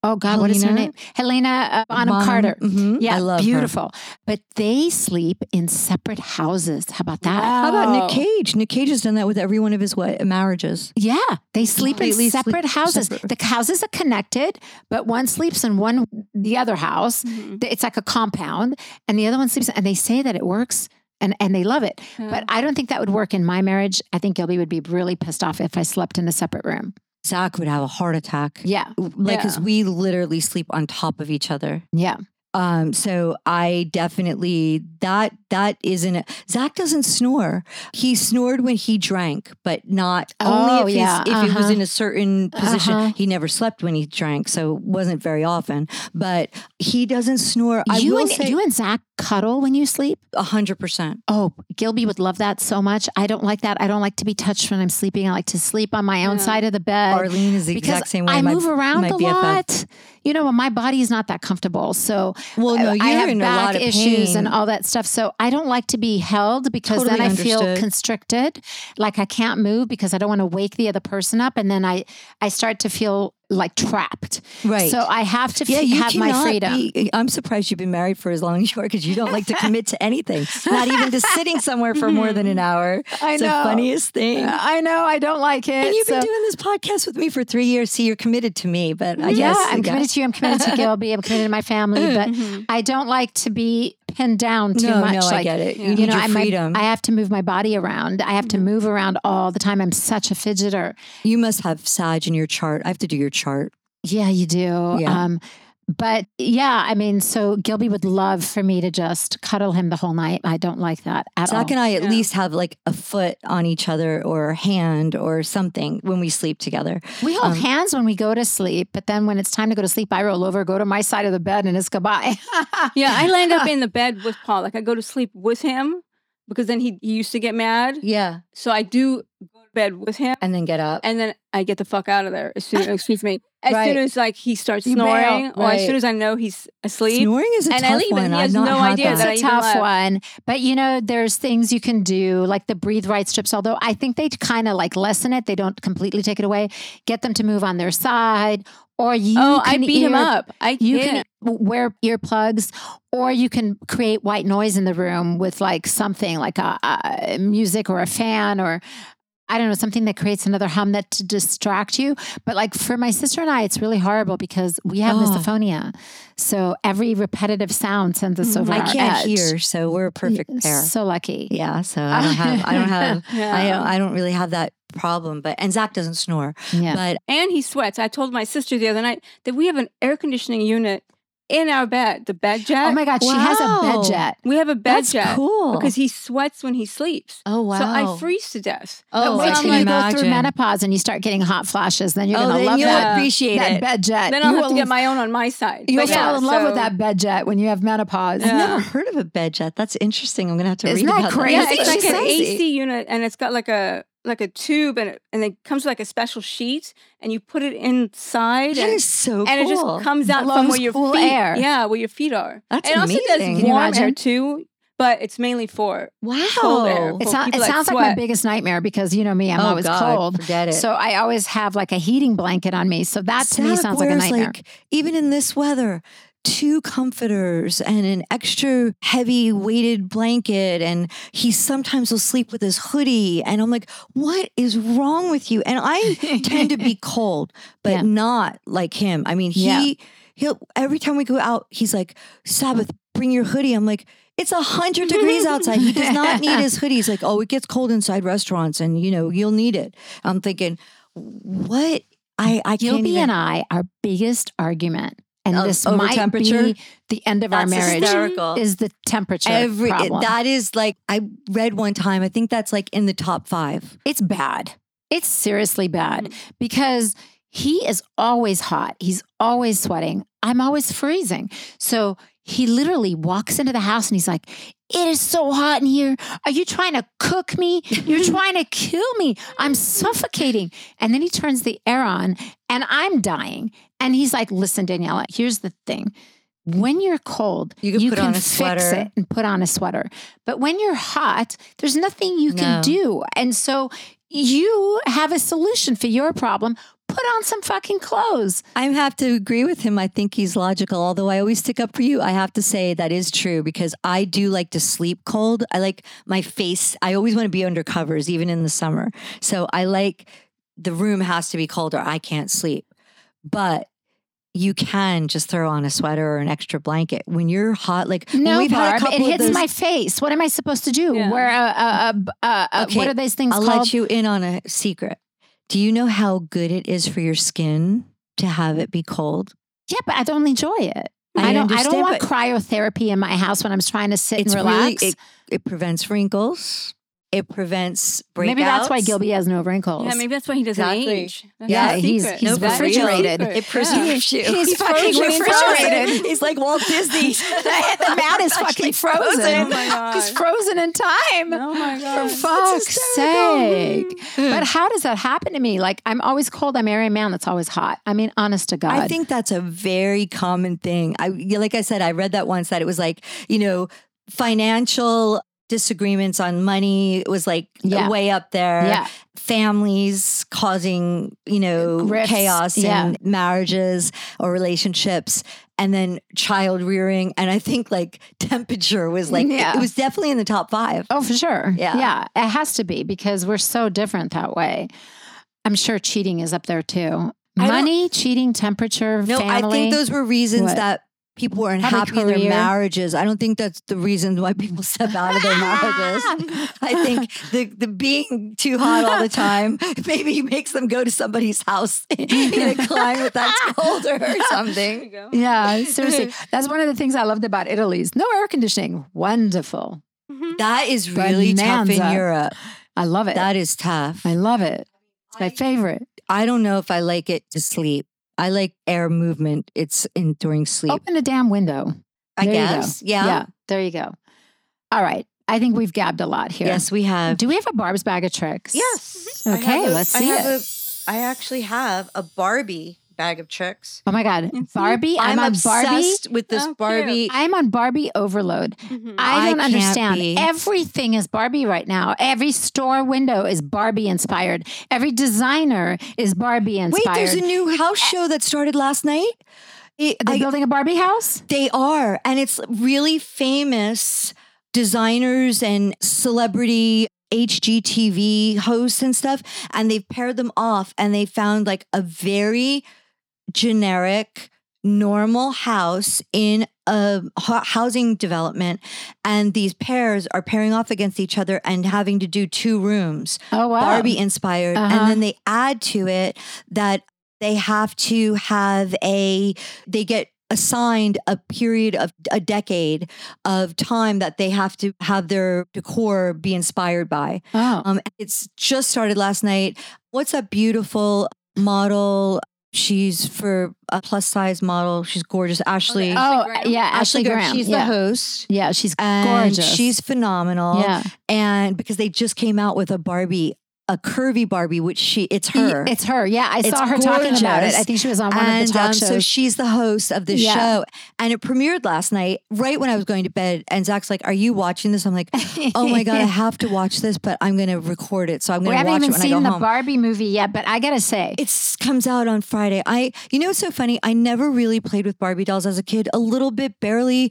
Oh, God, what is her
Helena?
name? Helena uh, Bonham
Bonham-
Carter.
Mm-hmm.
Mhm.
Yeah,
I love her.
beautiful. But they sleep in separate houses. How about that?
Wow.
How about
Oh.
Nick Cage? Nick Cage has done that with every one of his wa- marriages.
Yeah, they sleep in
Completely sleep
separate houses.
separate.
The houses are connected, but one sleeps in one the other house.
Mm-hmm.
Mhm.
It's like a compound, and the other one sleeps. And they say that it works, and and they love it. But I don't think that would work in my marriage. I think Gilby would be really pissed off if I slept in a separate room.
Zach would have a heart attack.
Yeah,
Like, because
Yeah.
we literally sleep on top of each other.
yeah.
Um, so I definitely that that isn't a, Zach doesn't snore. He snored when he drank, but not only
Oh,
if, his-
yeah,
if it was
uh-huh.
in a certain position.
Uh-huh.
He never slept when he drank, so it wasn't very often. But he doesn't snore. I
you
will
and
say
you and Zach cuddle when you sleep.
hundred percent.
Oh, Gilby would love that so much. I don't like that. I don't like to be touched when I'm sleeping. I like to sleep on my own
Yeah.
side of the bed.
Arlene is the
Uh, because
exact same way.
I
My-
move around
my
a
BFF.
lot. You know, my body's not that comfortable. So
Well, no,
I-
you're
I have
in
back
a lot of
issues
pain.
and all that stuff. So I don't like to be held because
Totally
then I feel
understood.
constricted, like I can't move because I don't want to wake the other person up, and then I I start to feel like trapped.
right.
So I have to
yeah,
f-
you
have my
cannot
freedom.
be- I'm surprised you've been married for as long as you are because you don't like to commit
<laughs>
to anything, not even to sitting somewhere for more than an hour.
Mm-hmm. I
it's the funniest thing.
I know. I don't like it.
and you've
So-
been doing this podcast with me for three years. See, you're committed to me, but I
yeah,
guess
I'm committed to you. I'm committed
<laughs>
to Gilby. I'm committed to my family, but
Mm-hmm.
I don't like to be pinned down too
no,
much.
no, I
like,
get it. You
you
need
you know,
your
I, might,
freedom. Mm-hmm.
I have to move my body around. I have to move around all the time. I'm such a fidgeter.
you must have Sag in your chart. I have to do your chart.
Yeah, you do.
Yeah.
Um, but yeah, I mean, so Gilby would love for me to just cuddle him the whole night. I don't like that at
Zach
all.
and I at
Yeah.
least have like a foot on each other or a hand or something when we sleep together.
we hold
um,
hands when we go to sleep, but then when it's time to go to sleep, I roll over, go to my side of the bed, and it's goodbye.
Yeah, I
<laughs>
land up in the bed with Paul. Like I go to sleep with him because then he, he used to get mad.
Yeah.
So I do go to bed with him,
And then get up.
and then I get the fuck out of there as soon. Excuse me. As
Right.
soon as like he starts
You bail,
snoring, or as soon
right.
as I know he's asleep.
Snoring is a
And I
tough
leave and
one.
he
I've
has
not
no
had that.
idea
It's a
even
tough
left.
one, but you know, there's things you can do, like the breathe right strips. Although I think they kind of like lessen it; they don't completely take it away. Get them to move on their side, or you.
oh, I
can
beat him
ear-
up. I
You
can't.
can wear earplugs, or you can create white noise in the room with like something like a, a music or a fan or. I don't know, something that creates another hum that to distract you. But like for my sister and I, it's really horrible because we have
Oh.
misophonia. So every repetitive sound sends us
Mhm.
over.
I
our
Mm, I can't
edge.
hear, so we're a perfect pair.
So lucky.
yeah, so I don't have. I don't have.
<laughs> Yeah.
I don't, I don't really have that problem. But and Zach doesn't snore,
Yeah.
but
and he sweats. I told my sister the other night that we have an air conditioning unit in our bed, the bed jet.
Oh my God, she has a
Wow.
bed jet.
We have a bed
That's
jet
cool.
because he sweats when he sleeps.
oh wow.
So I freeze to death.
Oh,
But wait
so
till
I'm
you
like-
go through
Imagine.
menopause and you start getting hot flashes. Then you're
oh,
gonna
then
love
you'll
that,
appreciate
that
it.
bed jet.
Then I'll
you
have to
will-
get my own on my side.
You'll
But yeah,
fall in love with
so-
that bed jet when you have menopause.
I've
Yeah.
never heard of a bed jet. That's interesting. I'm gonna have to
Isn't
read
that
about
crazy?
Yeah,
that.
it's
That's
like an
crazy.
AC unit, and it's got like a like a tube, and it, and it comes with like a special sheet, and you put it inside,
That
and,
is so
and it
cool.
just comes out from
Blows
where your
cool
feet,
air.
yeah, where your feet are.
That's
it also
amazing.
does
Can you
warm air
imagine?
too, but it's mainly for
wow.
cold air.
It,
Well,
sound- it
people like
sounds like my
sweat.
biggest nightmare because you know me, I'm
oh
always
God,
cold.
Forget it.
So I always have like a heating blanket on me. So that to me
Zach
sounds like a
wears,
nightmare.
like, even in this weather, two comforters and an extra heavy weighted blanket. And he sometimes will sleep with his hoodie. And I'm like, what is wrong with you? And I tend
<laughs>
to be cold, but
Yeah.
not like him. I mean, he,
Yeah.
he'll, every time we go out, he's like, Sabbath, bring your hoodie. I'm like, it's a hundred degrees outside. He does not
<laughs>
need his hoodie. He's like, oh, it gets cold inside restaurants and you know, you'll need it. I'm thinking, what? I, I
Gilby
can't even.
and I, our biggest argument, and
Of-
this
over
might
temperature?
be the end of our marriage,
hysterical.
is the temperature
Every it-
problem.
that is like I read one time. I think that's like in the top five.
it's bad. It's seriously bad
Mm-hmm.
because he is always hot. He's always sweating. I'm always freezing. So he literally walks into the house and he's like, It is so hot in here. Are you trying to cook me?
<laughs>
You're trying to kill me. I'm suffocating. And then he turns the air on and I'm dying. And he's like, Listen, Daniela, here's the thing. When you're cold,
You can put on a
fix
sweater.
it and put on a sweater. But when you're hot, there's nothing you can
No.
do. And so you have a solution for your problem. Put on some fucking clothes.
I have to agree with him. I think he's logical, although I always stick up for you. I have to say that is true because I do like to sleep cold. I like my face. I always want to be under covers, even in the summer. So I like the room has to be cold or I can't sleep. But you can just throw on a sweater or an extra blanket when you're hot. Like when
No,
we've had a
Barb,
couple
it
of
hits
those-
my face. What am I supposed to do?
Yeah.
Wear a, a, a, a, a
Okay,
what are these things
I'll
called?
let you in on a secret. Do you know how good it is for your skin to have it be cold?
yeah, but I don't enjoy it. I, don't. I don't
understand,
want
but
cryotherapy in my house when I'm trying to sit
It's
and relax.
really it, it prevents wrinkles. It prevents breakouts.
maybe that's why Gilby has no wrinkles.
Yeah,
<laughs>
maybe that's why he doesn't
Exactly.
age. That's
Yeah,
the
he's-
secret.
he's
That's the
refrigerated.
secret.
It
Yeah.
preserves you. <laughs>
He's fucking
frozen in
refrigerated. <laughs>
time. He's like Walt Disney.
the man
<laughs>
is fucking
Oh
frozen.
my god.
He's frozen in time.
<laughs> Oh my
For
god.
fuck's sake.
Hmm.
But how does that happen to me? Like, I'm always cold. I marry a man that's always hot. I mean, honest to God.
I think that's a very common thing. I yeah, like I said, I read that once that it was like you know financial disagreements on money was like
Yeah.
way up there.
yeah.
families causing you know
Rifts,
chaos
yeah.
in marriages or relationships and then child rearing and i think like temperature was like
Yeah.
it was definitely in the top five.
Oh, for sure.
Yeah.
Yeah. It has to be because we're so different that way. I'm sure cheating is up there too.
I don't-
Money, cheating, temperature,
no
family.
i think
<laughs>
those were reasons
What?
that people were unhappy
Probably
in
career.
their marriages i don't think that's the reason why people step out of their marriages
<laughs>
i think the, the being too hot all the time <laughs> maybe makes them go to somebody's house <laughs> in a climate that's colder or
There
something
you go.
Yeah, seriously. That's one of the things I loved about Italy is no air conditioning. Wonderful.
Mm-hmm.
That is really tough
Bonanza.
in Europe.
I love it.
That is tough.
I love it. It's my
I-
favorite.
I don't know if I like it to sleep. I like air movement. It's in during sleep.
Open a damn window.
I
there you go.
guess. Yeah.
There you go. All right. I think we've gabbed a lot here.
Yes, we have.
Do we have a Barb's bag of tricks?
Yes.
Mhm.
I
Okay,
have
let's see
I have
it.
a- I actually have a Barbie bag of tricks.
Oh my God.
It's-
Barbie. I'm,
Mm-hmm. I'm,
on Barbie.
obsessed with this
Oh, cute.
Barbie.
I'm on Barbie overload. I
Mm-hmm.
I
don't
can't
understand.
be.
Everything is Barbie right now. Every store window is Barbie inspired. Every designer is Barbie
Wait,
inspired. Eh
there's a new house show that started last night. It-
They're
I-
building a Barbie house?
they are, and it's really famous designers and celebrity HGTV hosts and stuff, and they've paired them off, and they found like a very generic, normal house in a ho- housing development, and these pairs are pairing off against each other and having to do two rooms,
Oh, wow.
Barbie inspired,
Uh-huh.
and then they add to it that they have to have a they get assigned a period of a decade of time that they have to have their decor be inspired by.
Oh,
Um, it's just started last night. What's that beautiful model? She's for a plus size model. She's gorgeous. Ashley.
Okay.
oh,
Graham?
yeah, Ashley, Graham.
She's
yeah.
the host.
yeah, she's
And
gorgeous.
she's phenomenal.
yeah,
And because they just came out with a Barbie, a curvy Barbie, which she it's her.
It's her. Yeah, I
It's
saw her talking about it.
gorgeous.
I think she was on one of
and
the talk
um,
shows.
so she's the host of this
Yeah.
show. And it premiered last night, right when I was going to bed. And Zach's like, Are you watching this? I'm like, Oh
<laughs>
my God, I have to watch this, but I'm going to record it. So I'm
we
going to
haven't
watch it
even
when I go
seen the
home.
Barbie movie yet, but I gotta say,
It comes out on Friday. I, you know, it's so funny. I never really played with Barbie dolls as a kid. A little bit, barely.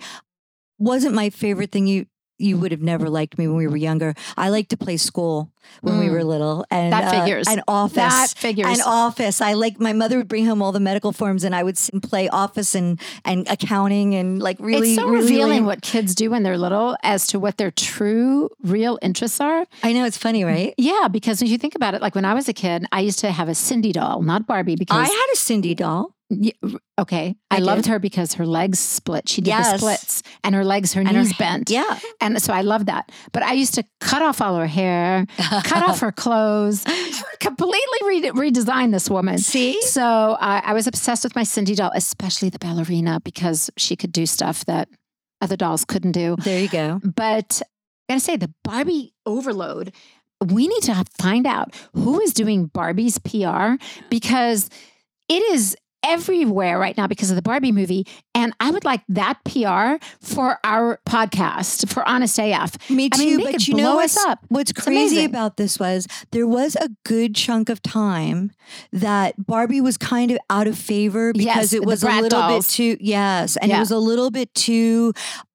Wasn't my favorite thing. You, you would have never liked me when we were younger. I liked to play school when we
Mm.
were little, and
That
uh,
figures.
and office.
that figures.
and office. I like my mother would bring home all the medical forms, and I would sit and play office and and accounting and like really
it's so
really,
revealing
really-
what kids do when they're little as to what their true, real interests are.
I know. It's funny, right?
Yeah, because when you think about it, like when I was a kid, I used to have a Cindy doll, not Barbie,
I
because
had a Cindy doll
Y- r- okay, I,
I
loved her because her legs split. She did the
Yes.
splits, and her legs, her
And her
knees
ha-
bent.
Yeah,
and so I loved that. But I used to cut off all her hair, cut
<laughs>
off her clothes, completely re- redesign this woman. <laughs>
See?
So I I was obsessed with my Cindy doll, especially the ballerina, because she could do stuff that other dolls couldn't do.
There you go.
But I gotta say, the Barbie overload, we need to find out who is doing Barbie's PR because it is everywhere right now because of the Barbie movie. And I would like that PR for our podcast, for Honest AF.
Me
I
too,
mean, they
but
could
you
blow
know
us
what's,
up.
what's
It's
crazy
amazing.
about this was there was a good chunk of time that Barbie was kind of out of favor
Yes,
because
the
it was a
brat
little
dolls.
bit too yes, and
Yeah.
it was a little bit too,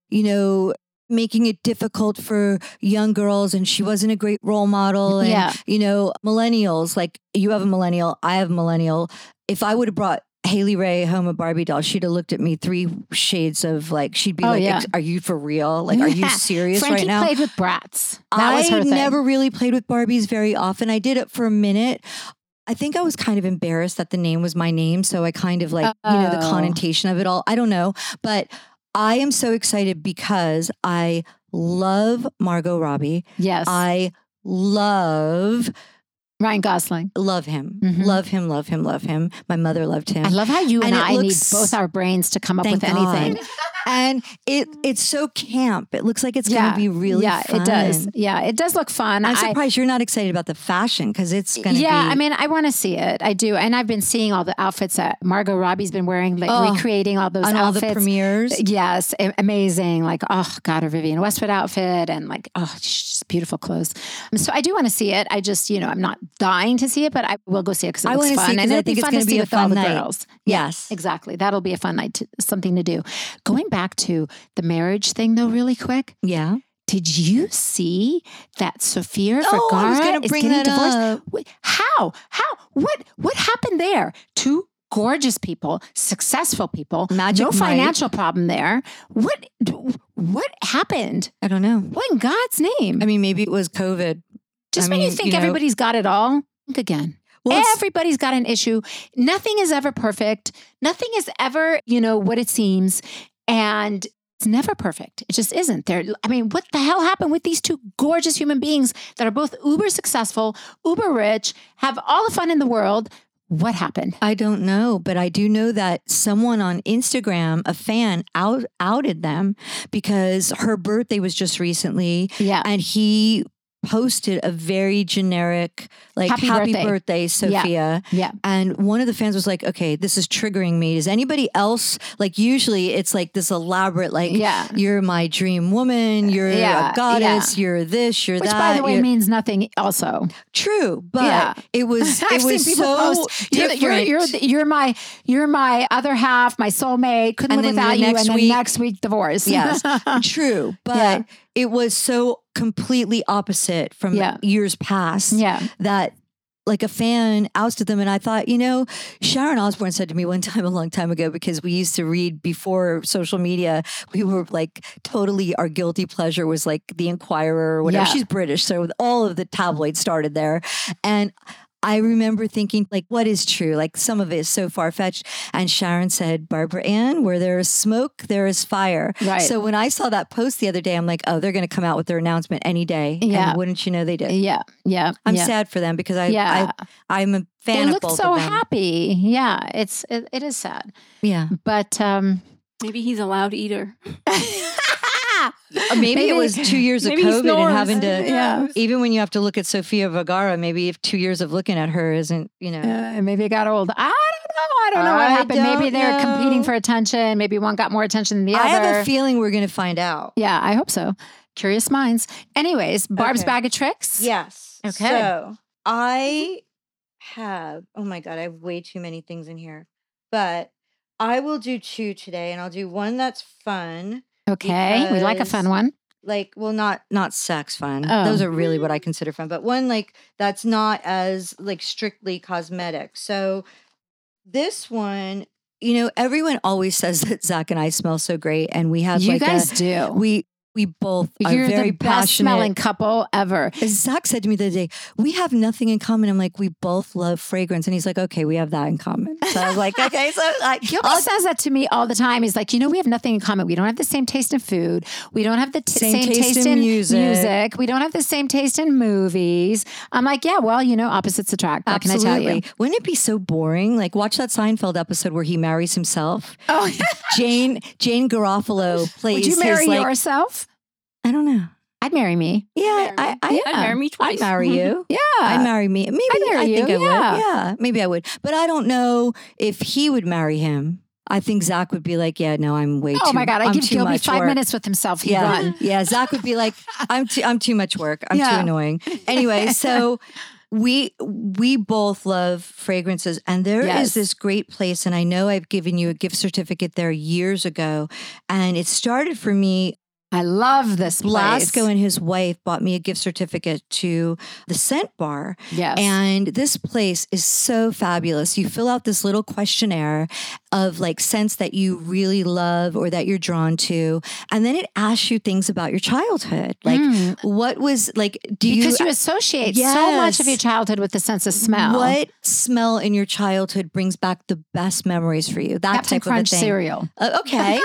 you know, making it difficult for young girls and she wasn't a great role model and
Yeah.
you know, millennials like you have a millennial, I have a millennial. If I would have brought Haley Ray home a Barbie doll, she'd have looked at me three shades of like she'd be
Oh,
like,
yeah.
"Are you for real? Like,
<laughs>
are you
Yeah.
serious
Frankie
right now?"
played with brats. That was her
I
thing.
never really played with Barbies very often. I did it for a minute. I think I was kind of embarrassed that the name was my name, so I kind of like you know the
Oh.
connotation of it all. I don't know, but I am so excited because I love Margot Robbie.
yes.
I love
Ryan Gosling.
love him,
Mhm.
love him, love him, love him. My mother loved him.
I love how you and,
And it
I
looks-
need both our brains to come up
Thank
with anything.
God. and it it's so camp. It looks like it's
Yeah.
going to be really
yeah, it does.
fun.
Yeah, it does look fun.
I'm
I-
surprised you're not excited about the fashion because it's going to
yeah,
be.
I mean, I want to see it. I do, and I've been seeing all the outfits that Margot Robbie's been wearing, like
Oh,
recreating all those
on all
outfits.
the premieres.
Yes, a- amazing. Like, oh God, her Vivian Westwood outfit, and like, oh, she's just beautiful clothes. Um, so I do want to see it. I just, you know, I'm not dying to see it, but I will go see it because it
I
looks
wanna see
fun,
'cause
and
I
it'll be
think it's
fun to
gonna
see
be a
with all the
fun night.
girls. Yeah,
Yes.
exactly. That'll be a fun night, to, something to do. Going back to the marriage thing, though, really quick.
Yeah.
Did you see that Sophia
Oh, I was
Vergara
gonna
is
bring
getting
that
divorced?
up.
Wait, How? How? What? What happened there? Two gorgeous people, successful people,
Magic
no
Mike.
financial problem there. What? What happened?
I don't know.
What in God's name?
I mean, maybe it was COVID.
Just
I
when you
mean,
think
you know-
everybody's got it all, think again.
Well, it's-
Everybody's got an issue. Nothing is ever perfect. Nothing is ever, you know, what it seems. And it's never perfect. It just isn't. There I mean, what the hell happened with these two gorgeous human beings that are both uber successful, uber rich, have all the fun in the world? What happened?
I don't know, but I do know that someone on Instagram, a fan, out outed them because her birthday was just recently,
Yeah.
and he posted a very generic like
Happy
happy,
birthday."
birthday. sophia
Yeah.
and one of the fans was like okay this is triggering me does anybody else like usually it's like this elaborate like
Yeah.
you're my dream woman you're
Uh, Yeah, yeah.
a goddess you're this you're
Which
that
by the way
you're-
means nothing also.
True, but
Yeah.
it was
<laughs> I've
it was
seen people
so
post, you're,
different.
you're, you're, the- you're my you're my other half, my soulmate. Couldn't
And
live without
then the
you.
next
and then
week-
next week, divorce.
Yes. True, but
Yeah.
it was so completely opposite from
Yeah.
years
<laughs>
past
yeah.
that like a fan ousted them and I thought, you know, Sharon Osbourne said to me one <laughs> time a long time ago because we used to read before social media, we were like totally our guilty pleasure was like the Inquirer or whatever.
Yeah.
She's British, so all of the tabloids started there. And I remember thinking, like, what is true? Like, some of it is so far fetched. And Sharon said, Barbara Ann, where there is smoke, there is fire.
Right.
So when I saw that post the other day, I'm like, oh, they're going to come out with their announcement any day. And
Yeah.
wouldn't you know they did?
Yeah. Yeah.
I'm
yeah.
sad for them because I,
yeah.
I I'm a fan
they
of
look
both
so
of them.
happy. Yeah. It's it, it is sad. <laughs>
Yeah.
But
<laughs>
um
Maybe he's a loud eater.
Uh, Maybe,
Maybe-
it was two years of
maybe he
COVID and
snores.
having
Who
to,
<laughs>
Yeah. knows?
even when you have to look at Sofia Vergara, maybe if two years of looking at her isn't, you know,
Uh, maybe it got old. I don't know. I don't know what
I
happened. Maybe
don't
they were competing
know.
for attention. Maybe one got more attention than the
I
other.
have a feeling we're going to find out.
yeah, I hope so. Curious minds. Anyways, Barb's
Okay.
bag of tricks.
Yes.
Okay.
So I have, oh my God, I have way too many things in here. But I will do two today and I'll do one that's fun.
Okay. We like a
Because-
fun one.
Like, well, not not sex fun.
Oh.
Those are really what I consider fun. But one like that's not as like strictly cosmetic. So this one,
You know, everyone always says <laughs> that Zach and I smell so great and we have
You
like
guys
a,
do.
we, we both are
You're
very
the best
passionate.
smelling couple ever.
Zach said to me the other day, we have nothing in common. I'm like, we both love fragrance. And he's like, okay, we have that in common. So I was like, okay, so
<laughs>
like,
He always says that to me all the time. He's like, you know, we have nothing in common. We don't have the same taste in food. We don't have the t- same, taste, in music. We don't have the same taste in movies. I'm like, yeah, well, you know, opposites attract. What
Absolutely.
can I tell you?
Wouldn't it be so boring? Like watch that Seinfeld episode where he marries himself.
Oh,
Jane Jane Garofalo plays
would you marry
his like
yourself?
I don't know.
I'd marry me.
Yeah, I I,
I'd marry me
I
twice.
marry you.
Yeah.
I marry me. Maybe
Mm-hmm. Uh, I'd
I,
marry
think
you,
I would.
yeah.
Yeah, maybe I would. But I don't know if he would marry him. I think Zach would be like, yeah, no, I'm way too.
oh my God. I
I'm
give
too
Gilby
much
five
work.
minutes with himself. He'd
Yeah,
run.
<laughs> yeah. Zach would be like, I'm too, I'm too much work. I'm
Yeah.
too annoying.
<laughs>
Anyway, so we we both love fragrances, and there is
Yes.
this great place, and I know I've given you a gift certificate there years ago, and it started for me
I love this place.
Blasco and his wife bought me a gift certificate to the scent bar.
Yes.
And this place is so fabulous. You fill out this little questionnaire of like scents that you really love or that you're drawn to. And then it asks you things about your childhood. Like,
Mm.
what was like, do
because you,
you.
associate so much of
Yes.
your childhood with the sense of smell.
What smell in your childhood brings back the best memories for you? That
Captain
type
Crunch
of a thing.
cereal.
Uh,
<laughs>
okay.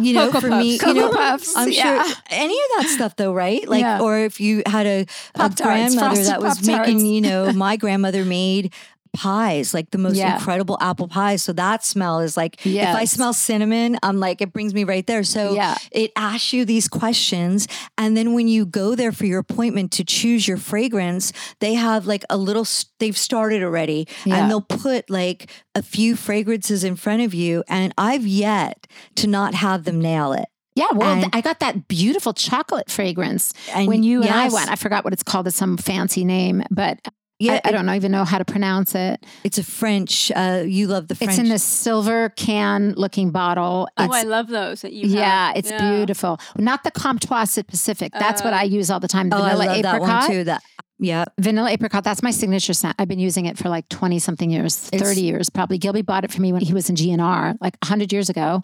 you know,
Cocoa
for
Puffs.
me,
Cocoa
you know,
Puffs.
I'm
yeah.
sure any of that stuff though, right? Like,
Yeah.
or if you had a, a
Pop-Tarts,
grandmother
Frosted
that was
Pop-Tarts.
making,
<laughs>
you know, my grandmother made pies, like the most
Yeah.
incredible apple pies. So that smell is like, if I
Yes.
smell cinnamon, I'm like, it brings me right there. So
Yeah.
it asks you these questions. And then when you go there for your appointment to choose your fragrance, they have like a little, s- they've started already
Yeah.
and they'll put like a few fragrances in front of you. And I've yet to not have them nail it.
Yeah, well, th-
And-
I got that beautiful chocolate fragrance
And
when you and I
yes.
went. I forgot what it's called. It's some fancy name, but
Yeah,
I, I
it-
don't know, even know how to pronounce it.
It's a French. Uh, you love the French.
It's in this silver can looking bottle.
Oh,
It's-
I love those that you.
yeah,
have.
it's beautiful. Not the Comptoir Cid Pacific. That's what
Oh.
I use all the time.
Oh, I
Vanilla
love
apricot.
that one too. That yeah,
Vanilla apricot. That's my signature scent. I've been using it for like 20 something years, 30
It's-
years probably. Gilby bought it for me when he was in GNR like 100 years ago.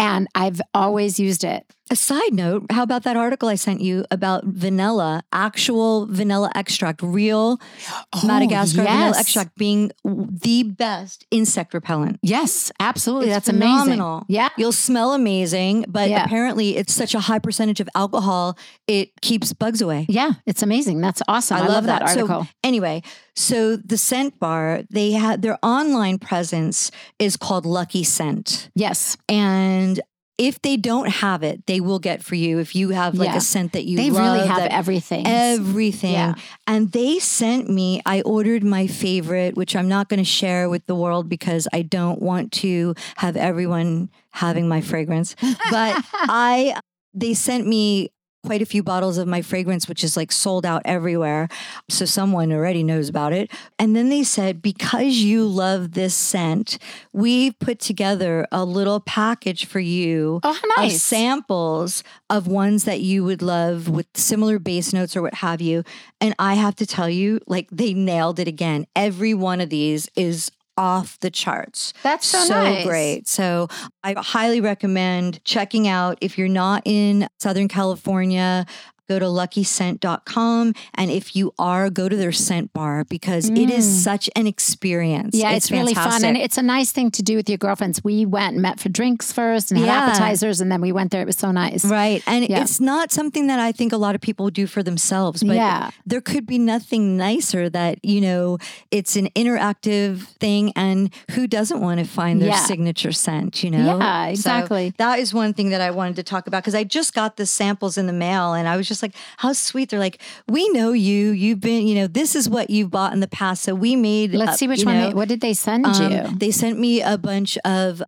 And I've always used it.
A side note, how about that article I sent you about vanilla, actual vanilla extract, real Oh, Madagascar vanilla
Oh, yes.
extract being the best insect repellent.
Yes, absolutely.
It's
That's
phenomenal.
amazing. Yeah.
You'll smell amazing, but
Yeah.
apparently it's such a high percentage of alcohol, it keeps bugs away.
Yeah, it's amazing. That's awesome. I, love, that, article.
So anyway, so the scent bar, they had their online presence is called Lucky Scent.
yes.
and if they don't have it, they will get for you if you have like
Yeah.
a scent that you
They
love,
really have
that-
everything.
everything.
Yeah.
And they sent me. I ordered my favorite, which I'm not going to share with the world because I don't want to have everyone having my fragrance. But I, they sent me quite a few bottles of my fragrance, which is like sold out everywhere. So someone already knows about it. And then they said, because you love this scent, we put together a little package for you
oh, how
of
nice.
samples of ones that you would love with similar bass notes or what have you. And I have to tell you, like they nailed it again. Every one of these is off the charts.
That's so, nice.
great. So I highly recommend checking out if you're not in Southern California. go to luckyscent.com. And if you are, go to their scent bar because it is such an experience.
Mm. Yeah, it's, really fun. And it's a nice thing to do with your girlfriends. We went and met for drinks first and had
Yeah.
appetizers, and then we went there. It was so nice.
Right. And
Yeah.
it's not something that I think a lot of people do for themselves, but
Yeah.
there could be nothing nicer that, you know, it's an interactive thing and who doesn't want to find their
Yeah.
signature scent, you know?
Yeah,
So
exactly.
that is one thing that I wanted to talk about because I just got the samples in the mail and I was just like, how sweet. They're like, we know you. You've been, you know, this is what you bought in the past. So we made.
Let's
uh,
see which
you
one.
know,
they- what did they send
um,
you?
They sent me a bunch of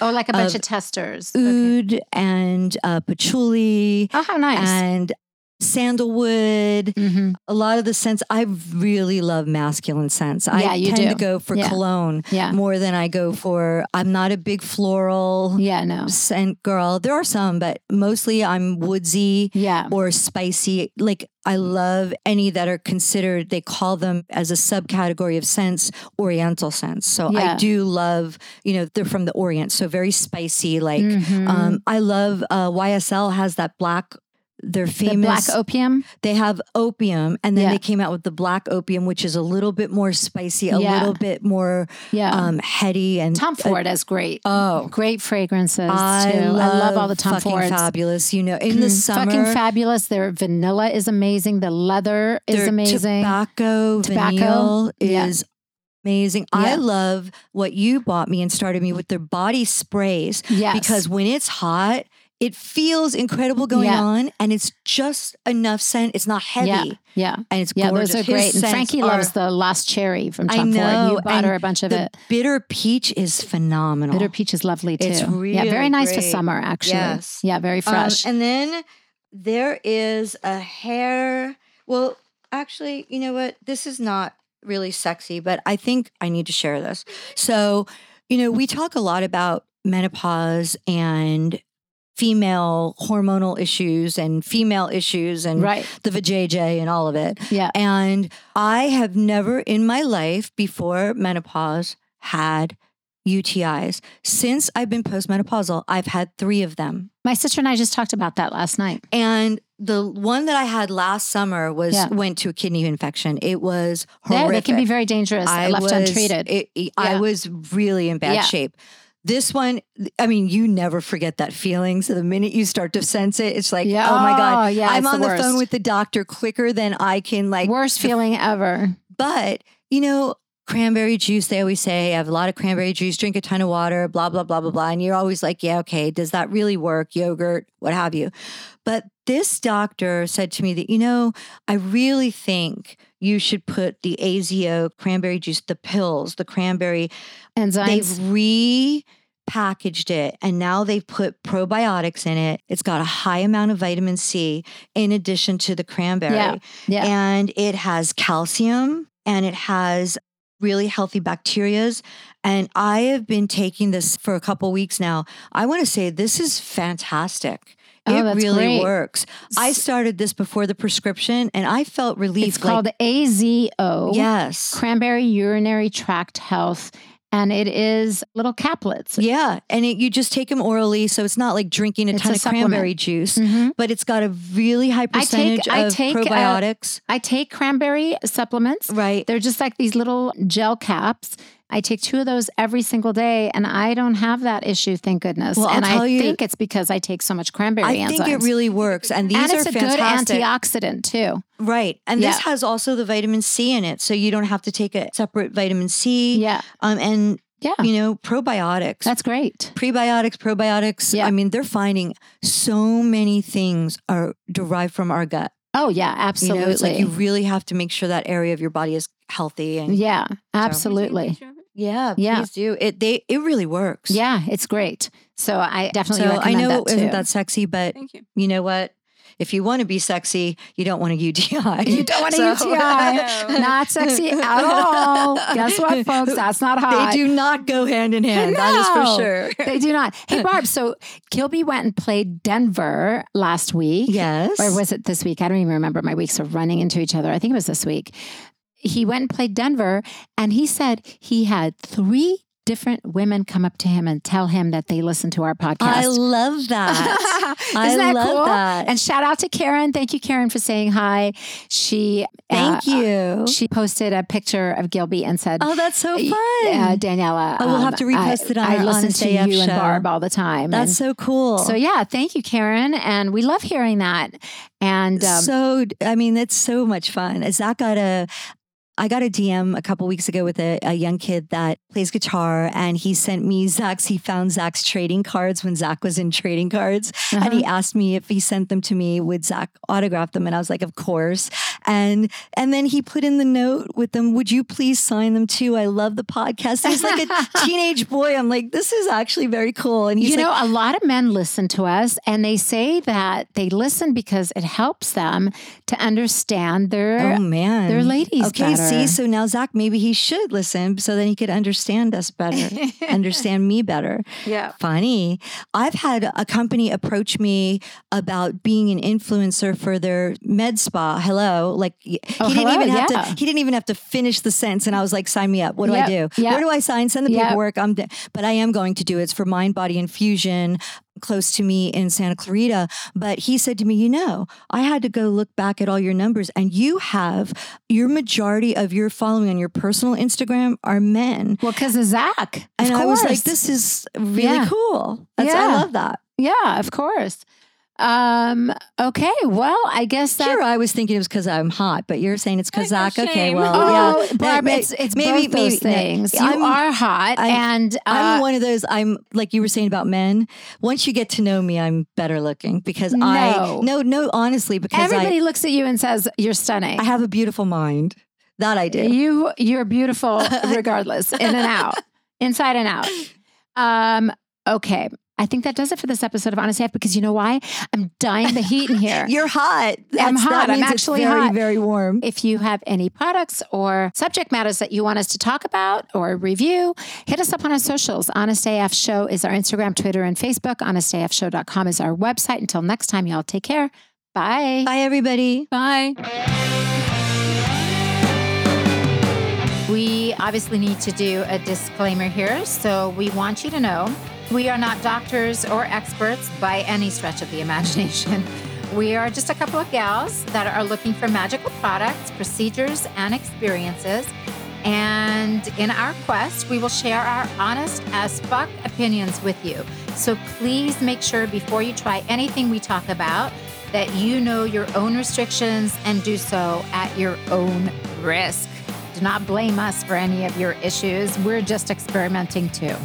Oh, like a bunch
of
of, testers. Okay.
oud and uh, patchouli
Oh, how nice.
and sandalwood.
hmm
A lot of the scents I really love masculine scents. I
Yeah, you
tend
do.
to go for
Yeah.
cologne
Yeah.
more than I go for. I'm not a big floral
Yeah. No.
scent girl. There are some, but mostly I'm woodsy
Yeah.
or spicy. Like I love any that are considered, they call them as a subcategory of scents, oriental scents. So I
Yeah.
do love, you know, they're from the Orient. So very spicy. Like
Mhm.
um, I love uh, YSL has that black, they're
the black
famous.
opium.
they have opium and then
Yeah.
they came out with the black opium, which is a little bit more spicy, a
Yeah.
little bit more
Yeah.
um, heady and uh,
Tom Ford has great,
Oh.
great fragrances too. I love all the Tom
fucking
Fords.
fabulous. You know, in the summer,
Mm-hmm. Fucking fabulous. Their vanilla is amazing. The leather is
Their
amazing.
Tobacco,
Tobacco.
vanille
Yeah.
is amazing. I
Yeah.
love what you bought me and started me with their body sprays
Yes.
because when it's hot, it feels incredible going
Yeah.
on, and it's just enough scent. It's not heavy,
Yeah. Yeah.
and it's
Yeah,
gorgeous.
those are
His
great. And
scents
Frankie
are-
loves the Lost Cherry from
I
Tom Ford.
know,
You bought
and
her a bunch of
the
it.
bitter peach is phenomenal.
Bitter peach is lovely too.
It's
yeah,
really
very nice for
great.
summer, actually.
Yes.
Yeah, very
Um,
fresh.
and then there is a hair. Well,
actually, you know what? This is not really sexy, but I think I need to share this. So, you know, we talk a lot about menopause and female hormonal issues and female issues and
right.
the vajayjay and all of it.
Yeah.
And I have never in my life before menopause had UTIs. Since I've been postmenopausal, I've had 3 of them.
My sister and I just talked about that last night.
And the one that I had last summer was
Yeah.
went to a kidney infection. It was
Yeah,
horrific.
they can be very dangerous
I
left
was,
untreated.
it- it- I
Yeah.
was really in bad
Yeah.
shape. This one, I mean, you never forget that feeling. So the minute you start to sense it, it's like,
Yeah.
oh my god,
Oh, yeah,
I'm
it's the
on the, phone
worst.
with the doctor quicker than I can. Like,
Worst feeling ever.
but you know. Cranberry juice, they always say, I have a lot of cranberry juice, drink a ton of water, blah, blah, blah, blah, blah. And you're always like, yeah, okay, does that really work? Yogurt, what have you. But this doctor said to me that, you know, I really think you should put the AZO cranberry juice, the pills, the cranberry. They've
Enzymes.
repackaged it and now they've put probiotics in it. It's got a high amount of vitamin C in addition to the cranberry.
Yeah, yeah.
And it has calcium and it has really healthy bacterias and i have been taking this for a couple weeks now i want to say this is fantastic
Oh,
it
that's
really
great.
works I started this before the prescription and I felt relief.
It's called AZO.
Yes.
Cranberry urinary tract health. And it is little caplets.
Yeah. And it, you just take them orally. So it's not like drinking a
It's
ton
a
of cranberry
supplement.
juice,
Mhm.
but it's got a really high
I take-
percentage
I
of
take, uh,
probiotics.
I take cranberry supplements.
right.
They're just like these little gel caps. I take two of those every single day, and I don't have that issue, thank goodness.
Well, I'll
and
tell
I
you-
think it's because I take so much cranberry
I
enzymes.
think it really works. And these
and
are
it's a
fantastic.
good antioxidant too.
right. And this
Yeah.
has also the vitamin C in it. So you don't have to take a separate vitamin C.
Yeah,
Um, and,
yeah,
you know, probiotics.
that's great.
prebiotics, probiotics.
Yeah.
I mean, they're finding so many things are derived from our gut.
Oh yeah,
You
absolutely.
know, it's like you really have to make sure that area of your body is healthy and
yeah, absolutely.
yeah,
Yeah.
please do it. They it really works.
Yeah, it's great. So I definitely
So I
recommend
know
that
it isn't
too.
that sexy, but
Thank you.
you know what? If you want to be sexy, you don't want a UTI.
<laughs> you don't want a
<laughs> So- <laughs>
UTI. Not sexy at all. Guess what, folks? That's not hot.
They do not go hand in hand. That is
No.
for sure.
<laughs> They do not.
<laughs>
Hey, Barb. So Kilby went and played Denver last week.
Yes.
Or was it this week? I don't even remember. My weeks are running into each other. I think it was this week. He went and played Denver and he said he had three different women come up to him and tell him that they listen to our podcast.
I love that.
<laughs> Isn't
I
that
love
cool?
that.
And shout out to Karen. Thank you, Karen, for saying hi. She uh,
Thank you.
She posted a picture of Gilby and said,
oh, that's so fun.
uh, Daniela.
I will have to repost it on
I,
our
listen
Honest
to
AF
you and
show.
Barb all the time.
that's
And
so cool.
so yeah, thank you, Karen, and we love hearing that. And um,
so I mean, that's so much fun. Zach got a. I got a DM a couple weeks ago with a, a young kid that plays guitar, and he sent me Zach's. He found Zach's trading cards when Zach was in trading cards, and
Uh-huh.
he asked me if he sent them to me, would Zach autograph them? And I was like, of course. And and then he put in the note with them, would you please sign them too? I love the podcast. He's like
<laughs>
a teenage boy. I'm like, this is actually very cool. And he's
you
like,
know, a lot of men listen to us and they say that they listen because it helps them to understand their
Oh man,
they're ladies
Okay,
better.
see, so now Zach, maybe he should listen, so then he could understand
<laughs>
us better, understand me better.
Yeah.
Funny, I've had a company approach me about being an influencer for their med spa. Hello, like y- he
Oh,
didn't
hello,
even have
yeah.
to. He didn't even have to finish the sentence, and I was like, "Sign me up. What do I do?
Yep, yep.
Where do I sign? Send the
Yep.
paperwork. I'm, d- but I am going to do it. It's for Mind Body Infusion." Close to me in Santa Clarita, but he said to me, You know, I had to go look back at all your numbers, and you have your majority of your following on your personal Instagram are men.
well because of Zach.
And
of
I was like,
course.
This is really
Yeah.
cool. That's, I
Yeah.
love that.
Yeah, of course. Um, okay, well, I guess that
Sure, I was thinking it was because I'm hot, but you're saying it's because
no
Zach. Okay,
shame.
well,
<laughs> Oh,
yeah,
Barb,
May-
it's, it's
maybe-
both those
maybe- no,
things. you
I'm-
are hot,
I'm-
and
I'm
uh,
one of those. I'm like you were saying about men. Once you get to know me, I'm better looking because I
No.
no no honestly because
everybody
I,
looks at you and says you're stunning.
I have a beautiful mind that I do.
You you're beautiful
<laughs>
regardless, in and out, inside and out. Um, okay. I think that does it for this episode of Honest AF because you know why? I'm dying the heat
<laughs>
in here.
You're hot. That's-
hot.
That
I'm
means it's
actually
very
hot.
very warm.
If you have any products or subject matters that you want us to talk about or review, hit us up on our socials. Honest AF Show is our Instagram, Twitter, and Facebook. HonestAFShow.com is our website. Until next time, y'all take care. Bye.
Bye everybody.
Bye.
We obviously need to do a disclaimer here. So we want you to know we are not doctors or experts by any stretch of the imagination. <laughs> We are just a couple of gals that are looking for magical products, procedures, and experiences. And in our quest, we will share our honest as fuck opinions with you. So please make sure before you try anything we talk about that you know your own restrictions and do so at your own risk. Do not blame us for any of your issues. We're just experimenting too.